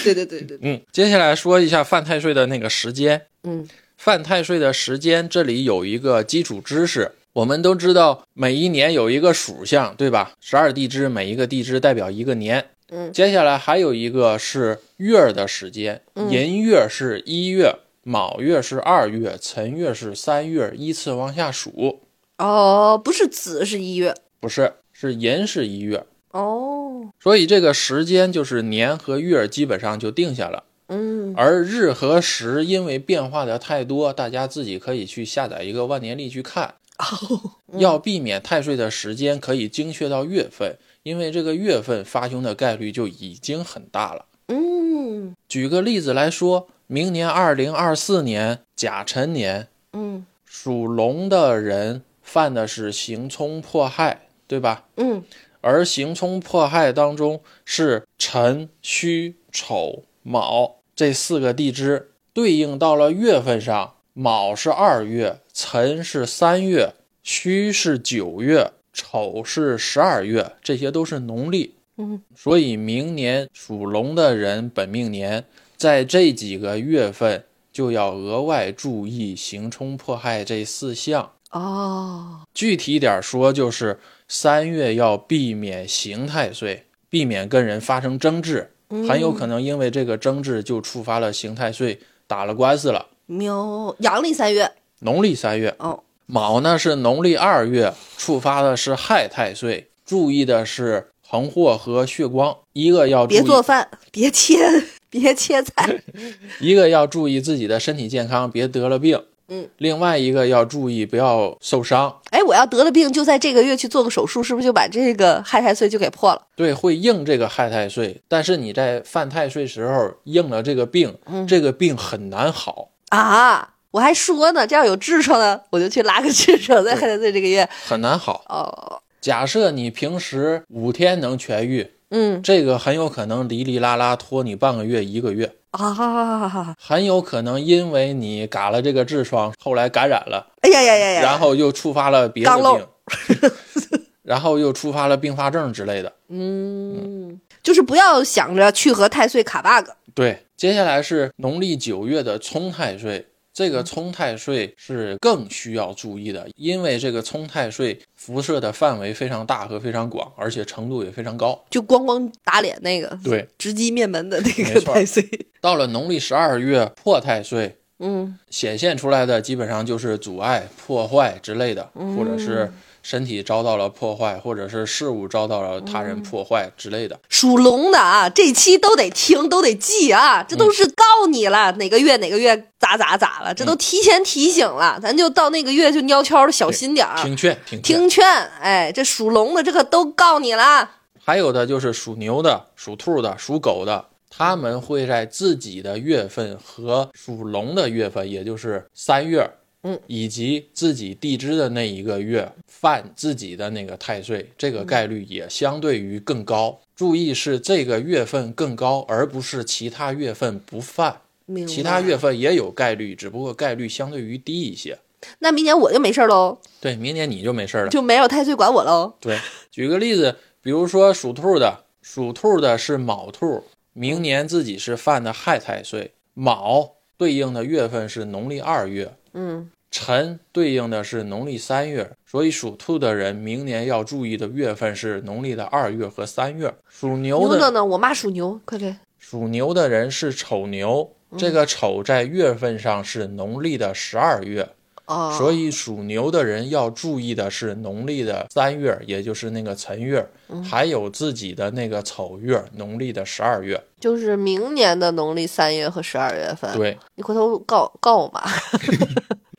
Speaker 1: 对对对对，
Speaker 2: 嗯，接下来说一下犯太岁的那个时间。
Speaker 1: 嗯
Speaker 2: 犯太岁的时间，这里有一个基础知识，我们都知道每一年有一个属相，对吧？十二地支，每一个地支代表一个年。
Speaker 1: 嗯
Speaker 2: 接下来还有一个是月儿的时间，
Speaker 1: 嗯
Speaker 2: 寅月是一月，卯月是二月，辰月是三月，依次往下数。
Speaker 1: 哦，不是子是一月
Speaker 2: 不是，是寅是一月，
Speaker 1: 哦，
Speaker 2: 所以这个时间就是年和月基本上就定下了。
Speaker 1: 嗯
Speaker 2: 而日和时因为变化的太多，大家自己可以去下载一个万年历去看。
Speaker 1: 哦，
Speaker 2: 要避免太岁的时间可以精确到月份，因为这个月份发凶的概率就已经很大了。
Speaker 1: 嗯
Speaker 2: 举个例子来说，明年二零二四年甲辰年，
Speaker 1: 嗯
Speaker 2: 属龙的人犯的是刑冲迫害，对吧？
Speaker 1: 嗯
Speaker 2: 而刑冲迫害当中是辰、戌、丑、卯这四个地支，对应到了月份上，卯是二月，辰是三月，戌是九月，丑是十二月，这些都是农历。
Speaker 1: 嗯，
Speaker 2: 所以明年属龙的人本命年，在这几个月份就要额外注意刑冲迫害这四项。
Speaker 1: 哦，
Speaker 2: 具体点儿说，就是三月要避免刑太岁，避免跟人发生争执，
Speaker 1: 嗯
Speaker 2: 很有可能因为这个争执就触发了刑太岁，打了官司了。
Speaker 1: 喵，阳历三月
Speaker 2: 农历三月，
Speaker 1: 哦，
Speaker 2: 卯呢是农历二月，触发的是亥太岁，注意的是横祸和血光，一个要注
Speaker 1: 别
Speaker 2: 意
Speaker 1: 做饭， 别切，别切菜，
Speaker 2: 一个要注意自己的身体健康，别得了病。
Speaker 1: 嗯，
Speaker 2: 另外一个要注意不要受伤，
Speaker 1: 哎，我要得了病，就在这个月去做个手术，是不是就把这个害太岁就给破了？
Speaker 2: 对，会应这个害太岁，但是你在犯太岁时候应了这个病，这个病很难好，
Speaker 1: 啊，我还说呢，这要有痔疮呢，我就去拉个痔疮，在害太岁这个月。
Speaker 2: 很难好。
Speaker 1: 哦，
Speaker 2: 假设你平时五天能痊愈，
Speaker 1: 嗯
Speaker 2: 这个很有可能哩哩啦啦拖你半个月、一个月，
Speaker 1: 啊，
Speaker 2: 很有可能因为你嘎了这个痔疮，后来感染了，
Speaker 1: 哎呀呀呀呀，
Speaker 2: 然后又触发了别的
Speaker 1: 刚漏
Speaker 2: 病， 然后又触发了并发症之类的。
Speaker 1: 嗯，就是不要想着去和太岁卡 bug。
Speaker 2: 对，接下来是农历九月的冲太岁。这个冲太岁是更需要注意的，因为这个冲太岁辐射的范围非常大和非常广，而且程度也非常高。
Speaker 1: 就咣咣打脸那个，
Speaker 2: 对，
Speaker 1: 直击面门的那
Speaker 2: 没
Speaker 1: 个
Speaker 2: 错
Speaker 1: 太岁。
Speaker 2: 到了农历十二月破太岁，
Speaker 1: 嗯
Speaker 2: 显现出来的基本上就是阻碍、破坏之类的，或者是身体遭到了破坏，或者是事物遭到了他人破坏之类的。，
Speaker 1: 属龙的啊，这期都得听，都得记啊，这都是告你
Speaker 2: 嗯
Speaker 1: 了，哪个月哪个月咋咋咋了，这都提前提醒了，咱就到那个月就悄悄的小心点儿，
Speaker 2: 听劝，听劝。
Speaker 1: 听劝。哎，这属龙的这个都告你了。
Speaker 2: 还有的就是属牛的、属兔的、属狗的，他们会在自己的月份和属龙的月份，也就是三月，
Speaker 1: 嗯，
Speaker 2: 以及自己地支的那一个月犯自己的那个太岁，这
Speaker 1: 嗯
Speaker 2: 个概率也相对于更高。注意是这个月份更高，而不是其他月份不犯。
Speaker 1: 明白
Speaker 2: 其他月份也有概率，只不过概率相对于低一些。
Speaker 1: 那明年我就没事儿喽，
Speaker 2: 对，明年你就没事了。
Speaker 1: 就没有太岁管我喽。
Speaker 2: 对，举个例子，比如说属兔的，属兔的是卯兔，明年自己是犯的亥太岁，卯对应的月份是农历二月，
Speaker 1: 嗯，
Speaker 2: 辰对应的是农历三月，所以属兔的人明年要注意的月份是农历的二月和三月。属牛
Speaker 1: 牛的
Speaker 2: 的
Speaker 1: 呢？我妈属牛，快快。
Speaker 2: 属牛的人是丑牛，这个丑在月份上是农历的十二月，
Speaker 1: 哦，
Speaker 2: 所以属牛的人要注意的是农历的三月，也就是那个辰月，
Speaker 1: 嗯
Speaker 2: 还有自己的那个丑月，农历的十二月。
Speaker 1: 就是明年的农历三月和十二月份。
Speaker 2: 对，
Speaker 1: 你回头告告我妈，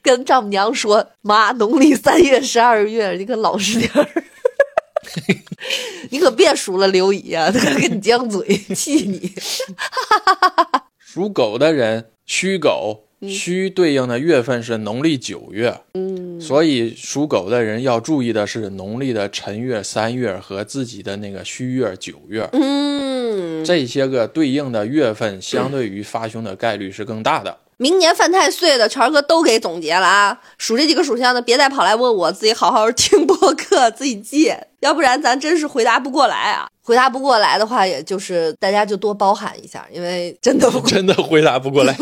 Speaker 1: 跟丈母娘说，妈，农历三月、十二月，你可老实点儿， 你可别数了刘姨啊， 她跟你犟嘴， 气你。
Speaker 2: 属狗的人戌狗，戌对应的月份是农历九月，
Speaker 1: 嗯，
Speaker 2: 所以属狗的人要注意的是农历的辰月、三月和自己的那个戌月、九月。
Speaker 1: 嗯，
Speaker 2: 这些个对应的月份，相对于发凶的概率是 更大的。
Speaker 1: 明年犯太岁的全哥都给总结了啊，数这几个属相的，别再跑来问我，自己好好听播客，自己记，要不然咱真是回答不过来啊。回答不过来的话，也就是大家就多包涵一下，因为真的
Speaker 2: 真的回答不过来。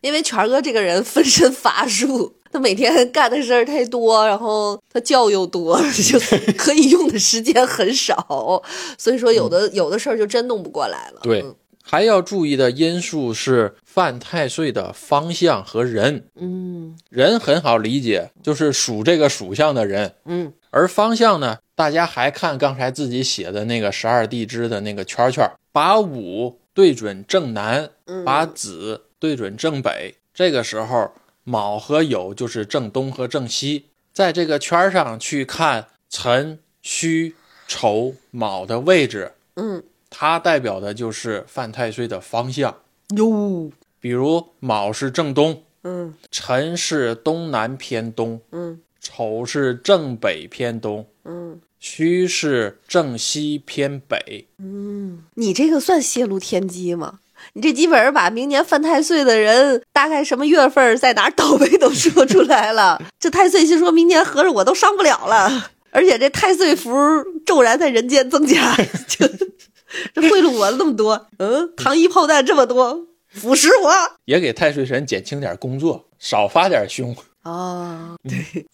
Speaker 1: 因为权儿哥这个人分身乏术，他每天干的事儿太多，然后他觉又多， 就可以用的时间很少，所以说有的、有的事儿就真弄不过来了。
Speaker 2: 对
Speaker 1: 嗯，
Speaker 2: 还要注意的因素是犯太岁的方向和人。
Speaker 1: 嗯
Speaker 2: 人很好理解，就是属这个属相的人，
Speaker 1: 嗯
Speaker 2: 而方向呢，大家还看刚才自己写的那个十二地支的那个圈圈，把午对准正南，
Speaker 1: 嗯，
Speaker 2: 把子对准正北。这个时候，卯和酉就是正东和正西，在这个圈上去看辰、戌、丑、卯的位置，
Speaker 1: 嗯
Speaker 2: 它代表的就是犯太岁的方向。
Speaker 1: 哟
Speaker 2: 比如卯是正东，
Speaker 1: 嗯
Speaker 2: 辰是东南偏东，
Speaker 1: 嗯
Speaker 2: 丑是正北偏东，
Speaker 1: 嗯
Speaker 2: 戌是正西偏北。
Speaker 1: 嗯，你这个算泄露天机吗？你这基本上把明年犯太岁的人大概什么月份儿在哪儿倒霉都说出来了。这太岁心说明年合着我都上不了了，而且这太岁符骤然在人间增加，就这贿赂我了那么多，嗯，糖衣炮弹这么多，腐蚀我。
Speaker 2: 也给太岁神减轻点工作，少发点凶，
Speaker 1: 哦，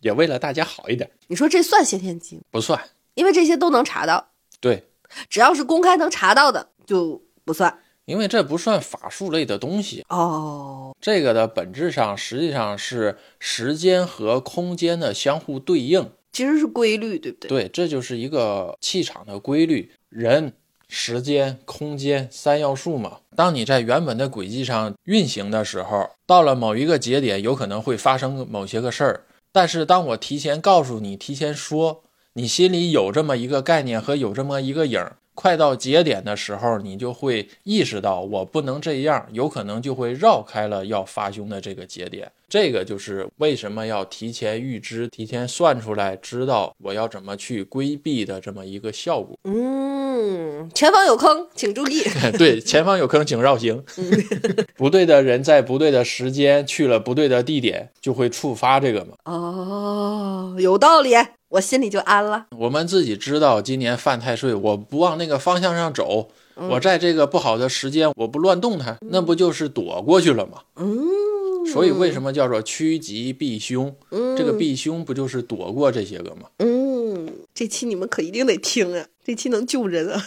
Speaker 2: 也为了大家好一点。
Speaker 1: 你说这算泄天机吗？
Speaker 2: 不算，
Speaker 1: 因为这些都能查到，
Speaker 2: 对，
Speaker 1: 只要是公开能查到的就不算。
Speaker 2: 因为这不算法术类的东西，
Speaker 1: 哦，
Speaker 2: 这个的本质上实际上是时间和空间的相互对应。
Speaker 1: 其实是规律，对不对？
Speaker 2: 对，这就是一个气场的规律，人、时间、空间三要素嘛。当你在原本的轨迹上运行的时候，到了某一个节点，有可能会发生某些个事儿。但是当我提前告诉你，提前说，你心里有这么一个概念和有这么一个影儿，快到节点的时候，你就会意识到我不能这样，有可能就会绕开了要发凶的这个节点。这个就是为什么要提前预知、提前算出来，知道我要怎么去规避的这么一个效果。
Speaker 1: 嗯，前方有坑，请注意。
Speaker 2: 对，前方有坑，请绕行。 不对的人在不对的时间去了不对的地点，就会触发这个嘛。
Speaker 1: 哦，有道理，我心里就安了。
Speaker 2: 我们自己知道今年犯太岁，我不往那个方向上走，我在这个不好的时间我不乱动它，那不就是躲过去了吗？
Speaker 1: 嗯，
Speaker 2: 所以为什么叫做趋吉避凶？
Speaker 1: 嗯
Speaker 2: 这个避凶不就是躲过这些个吗？
Speaker 1: 嗯，这期你们可一定得听啊，这期能救人啊。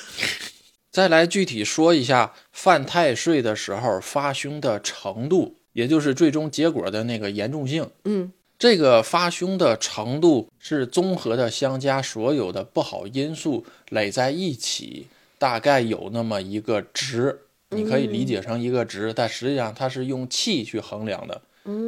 Speaker 2: 再来具体说一下犯太岁的时候发凶的程度，也就是最终结果的那个严重性。
Speaker 1: 嗯
Speaker 2: 这个发凶的程度是综合的相加所有的不好因素垒在一起，大概有那么一个值，你可以理解成一个值，但实际上它是用气去衡量的，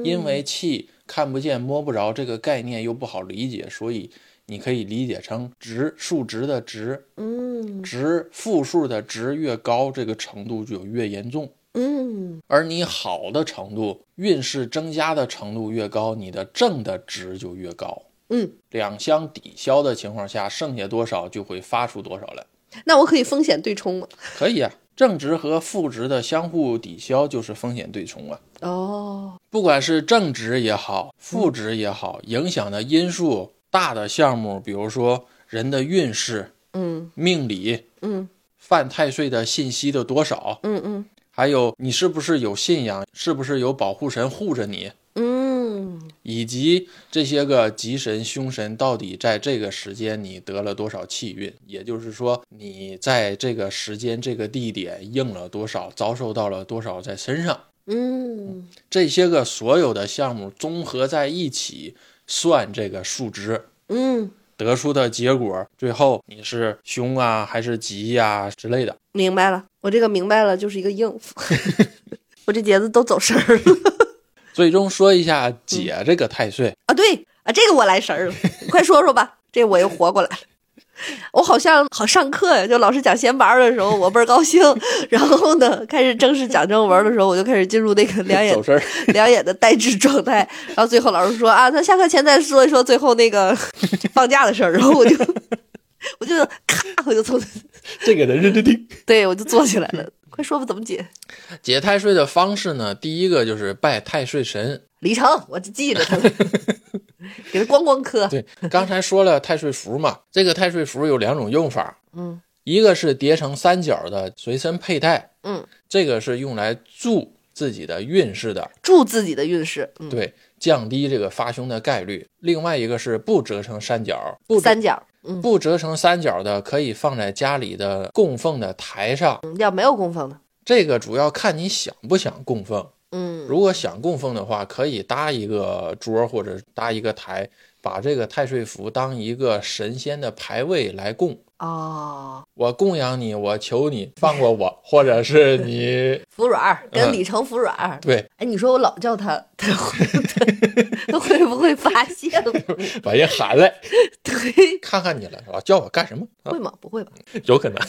Speaker 2: 因为气看不见摸不着这个概念又不好理解，所以你可以理解成值，数值的值，
Speaker 1: 嗯
Speaker 2: 值负数的值越高，这个程度就越严重。
Speaker 1: 嗯
Speaker 2: 而你好的程度、运势增加的程度越高，你的正的值就越高。
Speaker 1: 嗯，
Speaker 2: 两相抵消的情况下，剩下多少就会发出多少来。
Speaker 1: 那我可以风险对冲吗？
Speaker 2: 可以啊，正值和负值的相互抵消就是风险对冲啊。
Speaker 1: 哦，
Speaker 2: 不管是正值也好，负值也好，影响的因素大的项目，比如说人的运势、
Speaker 1: 嗯
Speaker 2: 命理、
Speaker 1: 嗯
Speaker 2: 犯太岁的信息的多少，
Speaker 1: 嗯嗯
Speaker 2: 还有你是不是有信仰，是不是有保护神护着你，
Speaker 1: 嗯
Speaker 2: 以及这些个吉神、凶神到底在这个时间你得了多少气运，也就是说你在这个时间、这个地点应了多少，遭受到了多少在身上，
Speaker 1: 嗯，
Speaker 2: 这些个所有的项目综合在一起算这个数值。
Speaker 1: 嗯，
Speaker 2: 得出的结果，最后你是凶啊还是吉呀、之类的。
Speaker 1: 明白了，我这个明白了，就是一个应付。 我这节子都走神儿了
Speaker 2: 最终说一下解这个太岁，
Speaker 1: 啊！对啊，这个我来神儿 了，你快说说吧，这我又活过来了。我好像好上课呀，就老师讲闲白的时候，我倍儿高兴。 然后呢，开始正式讲正文的时候，我就开始进入那 个两眼
Speaker 2: 走神儿。
Speaker 1: 两眼的呆滞状态。然后最后老师说啊，咱下课前再说一说最后那 个放假的事儿。然后我就 我就咔，我就从
Speaker 2: 这个得认真听。
Speaker 1: 对我就坐起来了。快说吧，怎么解？
Speaker 2: 解太岁的方式呢，第一个就是拜太岁神。
Speaker 1: 李成，我记 着他，给他咣咣磕。
Speaker 2: 对，刚才说了太岁符嘛，这个太岁符有两种用法，
Speaker 1: 嗯
Speaker 2: 一个是叠成三角的随身佩戴，
Speaker 1: 嗯
Speaker 2: 这个是用来助自己的运势的，
Speaker 1: 助自己的运势。嗯，
Speaker 2: 对，降低这个发凶的概率。另外一个是不折成三角，不折
Speaker 1: 三角。嗯，
Speaker 2: 不折成三角的可以放在家里的供奉的台上，
Speaker 1: 嗯要没有供奉的，
Speaker 2: 这个主要看你想不想供奉。
Speaker 1: 嗯，
Speaker 2: 如果想供奉的话，可以搭一个桌或者搭一个台，把这个太岁符当一个神仙的牌位来供。
Speaker 1: 哦，
Speaker 2: 我供养你，我求你放过我，或者是你
Speaker 1: 服软儿跟
Speaker 2: 嗯
Speaker 1: 李成服软儿。
Speaker 2: 对
Speaker 1: 哎，你说我老叫他，他会他会不会发 现我？
Speaker 2: 把人喊来，
Speaker 1: 对，
Speaker 2: 看看你了是吧？叫我干什么？啊
Speaker 1: 会吗？不会吧？
Speaker 2: 有可能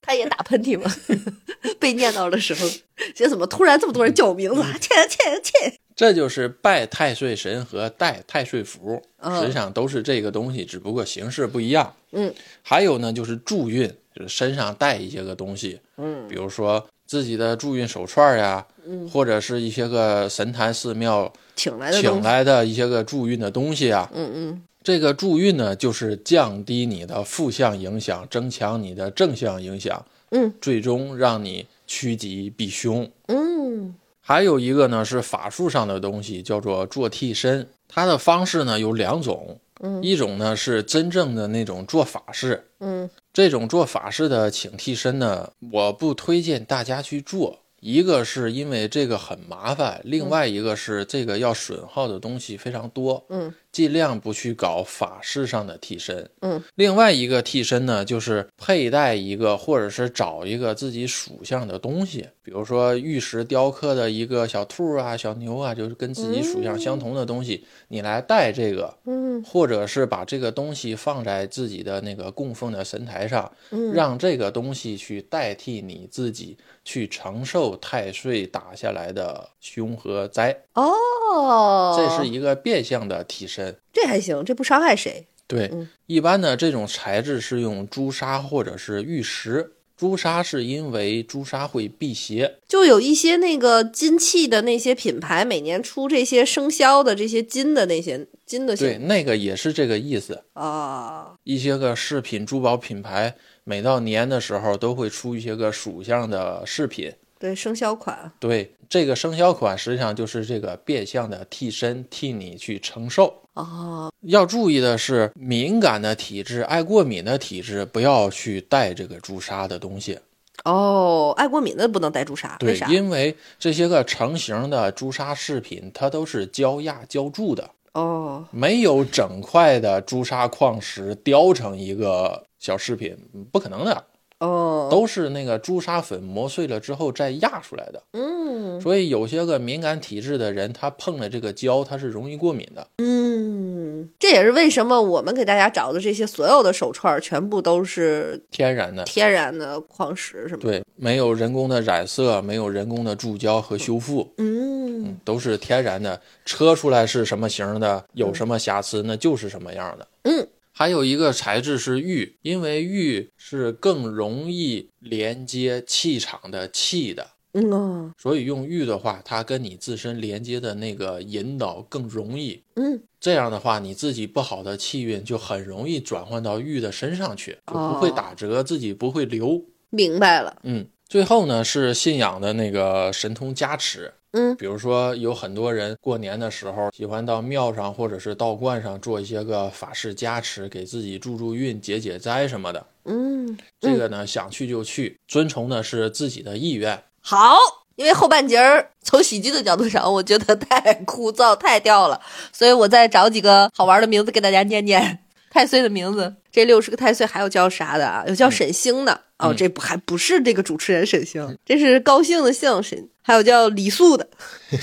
Speaker 1: 他也打喷嚏吗？ 被念叨的时候，这怎么突然这么多人叫我名字
Speaker 2: 嗯
Speaker 1: 啊？切切切！
Speaker 2: 这就是拜太岁神和带太岁符，
Speaker 1: 嗯
Speaker 2: 实际上都是这个东西，只不过形式不一样。
Speaker 1: 嗯，
Speaker 2: 还有呢，就是助运，就是身上带一些个东西，
Speaker 1: 嗯，
Speaker 2: 比如说自己的助运手串呀，
Speaker 1: 嗯
Speaker 2: 或者是一些个神坛寺庙
Speaker 1: 请来的东
Speaker 2: 请
Speaker 1: 西，
Speaker 2: 来的一些个助运的东西啊。
Speaker 1: 嗯嗯，
Speaker 2: 这个助运呢，就是降低你的负向影响，增强你的正向影响，
Speaker 1: 嗯，
Speaker 2: 最终让你趋吉避凶。
Speaker 1: 嗯，
Speaker 2: 还有一个呢是法术上的东西，叫做做替身。它的方式呢有两种，
Speaker 1: 嗯
Speaker 2: 一种呢是真正的那种做法事，
Speaker 1: 嗯，
Speaker 2: 这种做法事的请替身呢，我不推荐大家去做。一个是因为这个很麻烦，另外一个是这个要损耗的东西非常多，
Speaker 1: 嗯，
Speaker 2: 尽量不去搞法事上的替身，
Speaker 1: 嗯。
Speaker 2: 另外一个替身呢，就是佩戴一个或者是找一个自己属相的东西，比如说玉石雕刻的一个小兔啊、小牛啊，就是跟自己属相相同的东西，你来戴这个，
Speaker 1: 嗯
Speaker 2: 或者是把这个东西放在自己的那个供奉的神台上，
Speaker 1: 嗯
Speaker 2: 让这个东西去代替你自己去承受太岁打下来的凶和灾，
Speaker 1: 哦，
Speaker 2: 这是一个变相的替身。
Speaker 1: 这还行，这不伤害谁。
Speaker 2: 对，
Speaker 1: 嗯
Speaker 2: 一般呢，这种材质是用朱砂或者是玉石。朱砂是因为朱砂会辟邪，
Speaker 1: 就有一些那个金器的那些品牌，每年出这些生肖的这些金的那些金的
Speaker 2: 对，
Speaker 1: 些
Speaker 2: 那个也是这个意思。
Speaker 1: 啊，
Speaker 2: 一些个饰品、珠宝品牌，每到年的时候都会出一些个属相的饰品。
Speaker 1: 对生肖款，
Speaker 2: 对，这个生肖款实际上就是这个变相的替身，替你去承受。
Speaker 1: 哦，
Speaker 2: 要注意的是，敏感的体质、爱过敏的体质，不要去戴这个朱砂的东西。
Speaker 1: 哦，爱过敏的不能戴朱砂，为
Speaker 2: 对
Speaker 1: 啥，？
Speaker 2: 因为这些个成型的朱砂饰品，它都是浇压浇铸的，
Speaker 1: 哦，
Speaker 2: 没有整块的朱砂矿石雕成一个小饰品，不可能的，
Speaker 1: 哦，
Speaker 2: 都是那个朱砂粉磨碎了之后再压出来的。
Speaker 1: 嗯
Speaker 2: 所以有些个敏感体质的人，他碰了这个胶，他是容易过敏的。
Speaker 1: 嗯，这也是为什么我们给大家找的这些所有的手串儿全部都是
Speaker 2: 天然的，
Speaker 1: 天然的矿石，是吗？
Speaker 2: 对，没有人工的染色，没有人工的注胶和修复。
Speaker 1: 嗯，
Speaker 2: 都是天然的，车出来是什么型的，有什么瑕疵，那就是什么样的。
Speaker 1: 嗯，
Speaker 2: 还有一个材质是玉，因为玉是更容易连接气场的气的，
Speaker 1: 嗯哦，
Speaker 2: 所以用玉的话，它跟你自身连接的那个引导更容易。
Speaker 1: 嗯，
Speaker 2: 这样的话，你自己不好的气运就很容易转换到玉的身上去，就不会打折，自己不会流。
Speaker 1: 明白了，
Speaker 2: 嗯，最后呢是信仰的那个神通加持，
Speaker 1: 嗯
Speaker 2: 比如说，有很多人过年的时候喜欢到庙上或者是道观上做一些个法事加持，给自己助助运、解解灾什么的。
Speaker 1: 嗯，
Speaker 2: 这个呢，想去就去，遵从的是自己的意 愿。
Speaker 1: 好，因为后半截儿从喜剧的角度上，我觉得太枯燥、太掉了，所以我再找几个好玩的名字给大家念念。 太岁的名字，这六十个太岁还有叫啥的啊？有叫沈星的、哦，
Speaker 2: 嗯
Speaker 1: 这不还不是这个主持人沈星，这是高兴的兴沈，还有叫李素的、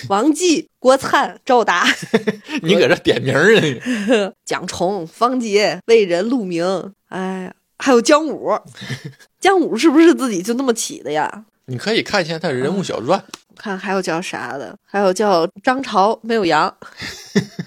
Speaker 1: 王继、郭灿、赵达、
Speaker 2: 你搁这点名儿呢？
Speaker 1: 蒋崇、方杰、魏仁、陆明，哎，还有姜武。姜武是不是自己就那么起的呀？
Speaker 2: 你可以看一下他人物小传，
Speaker 1: 看还有叫啥的，还有叫张朝没有 杨，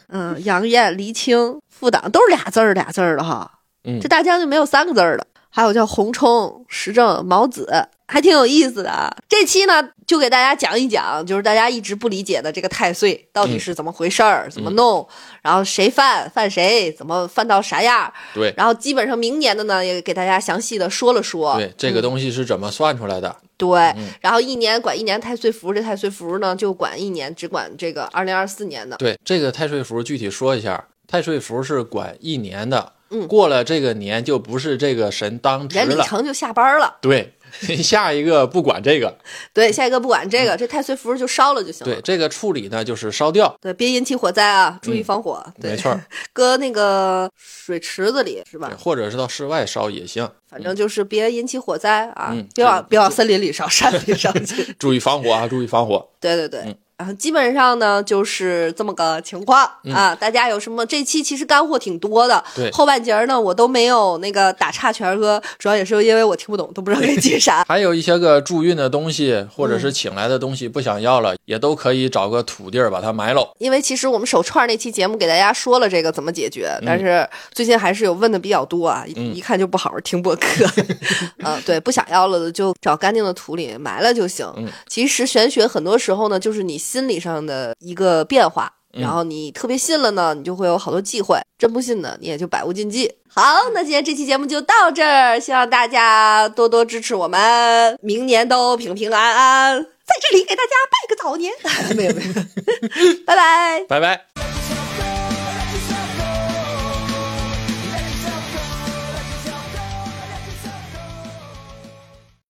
Speaker 1: 嗯，杨艳、黎青、副党都是俩字儿俩字儿的哈，
Speaker 2: 嗯
Speaker 1: 这大将就没有三个字儿的。还有叫洪冲、石正、毛子，还挺有意思的啊。这期呢，就给大家讲一讲，就是大家一直不理解的这个太岁到底
Speaker 2: 嗯
Speaker 1: 是怎么回事儿，怎么弄，然后谁犯犯谁，怎么犯到啥样儿。
Speaker 2: 对
Speaker 1: 然后基本上明年的呢，也给大家详细的说了说。
Speaker 2: 啊对，这个东西是怎么算出来的？
Speaker 1: 对，
Speaker 2: 嗯
Speaker 1: 然后一年管一年太岁符，这太岁符呢就管一年，只管这个二零二四年的。
Speaker 2: 对，这个太岁符具体说一下，太岁符是管一年的，
Speaker 1: 嗯
Speaker 2: 过了这个年就不是这个神当值
Speaker 1: 人李
Speaker 2: 了，
Speaker 1: 成就下班了，
Speaker 2: 对， 下一个不管这个，
Speaker 1: 对，下一个不管这个，这太岁符就烧了就行了。
Speaker 2: 嗯对，这个处理呢就是烧掉，
Speaker 1: 对，别引起火灾啊，注意防火。对，
Speaker 2: 嗯没错儿，
Speaker 1: 搁那个水池子里是
Speaker 2: 对
Speaker 1: 吧？
Speaker 2: 或者是到室外烧也行，
Speaker 1: 反正就是别引起火灾啊，
Speaker 2: 嗯
Speaker 1: 别往别往森林里烧、山里烧去。
Speaker 2: 注意防火啊， 注意防火。
Speaker 1: 对对对。
Speaker 2: 嗯
Speaker 1: 然后基本上呢，就是这么个情况
Speaker 2: 嗯
Speaker 1: 啊。大家有什么？这期其实干货挺多的，
Speaker 2: 对。
Speaker 1: 后半截儿呢我都没有那个打岔全哥，主要也是因为我听不懂，都不知道该接啥
Speaker 2: 还有一些个助运的东西，或者
Speaker 1: 嗯
Speaker 2: 是请来的东西不想要了，也都可以找个土地儿把它埋喽。
Speaker 1: 因为其实我们手串那期节目给大家说了这个怎么解决，但是最近还是有问的比较多啊，一
Speaker 2: 嗯
Speaker 1: 一看就不好好听播客。 嗯，对，不想要了的就找干净的土里埋了就行。
Speaker 2: 嗯
Speaker 1: 其实玄学很多时候呢，就是你心理上的一个变化。
Speaker 2: 嗯
Speaker 1: 然后你特别信了呢，你就会有好多忌讳；真不信呢，你也就百无禁忌。好，那今天这期节目就到这儿，希望大家多多支持我们，明年都平平安 安。在这里给大家拜个早年，没有没有，拜拜。
Speaker 2: 拜拜。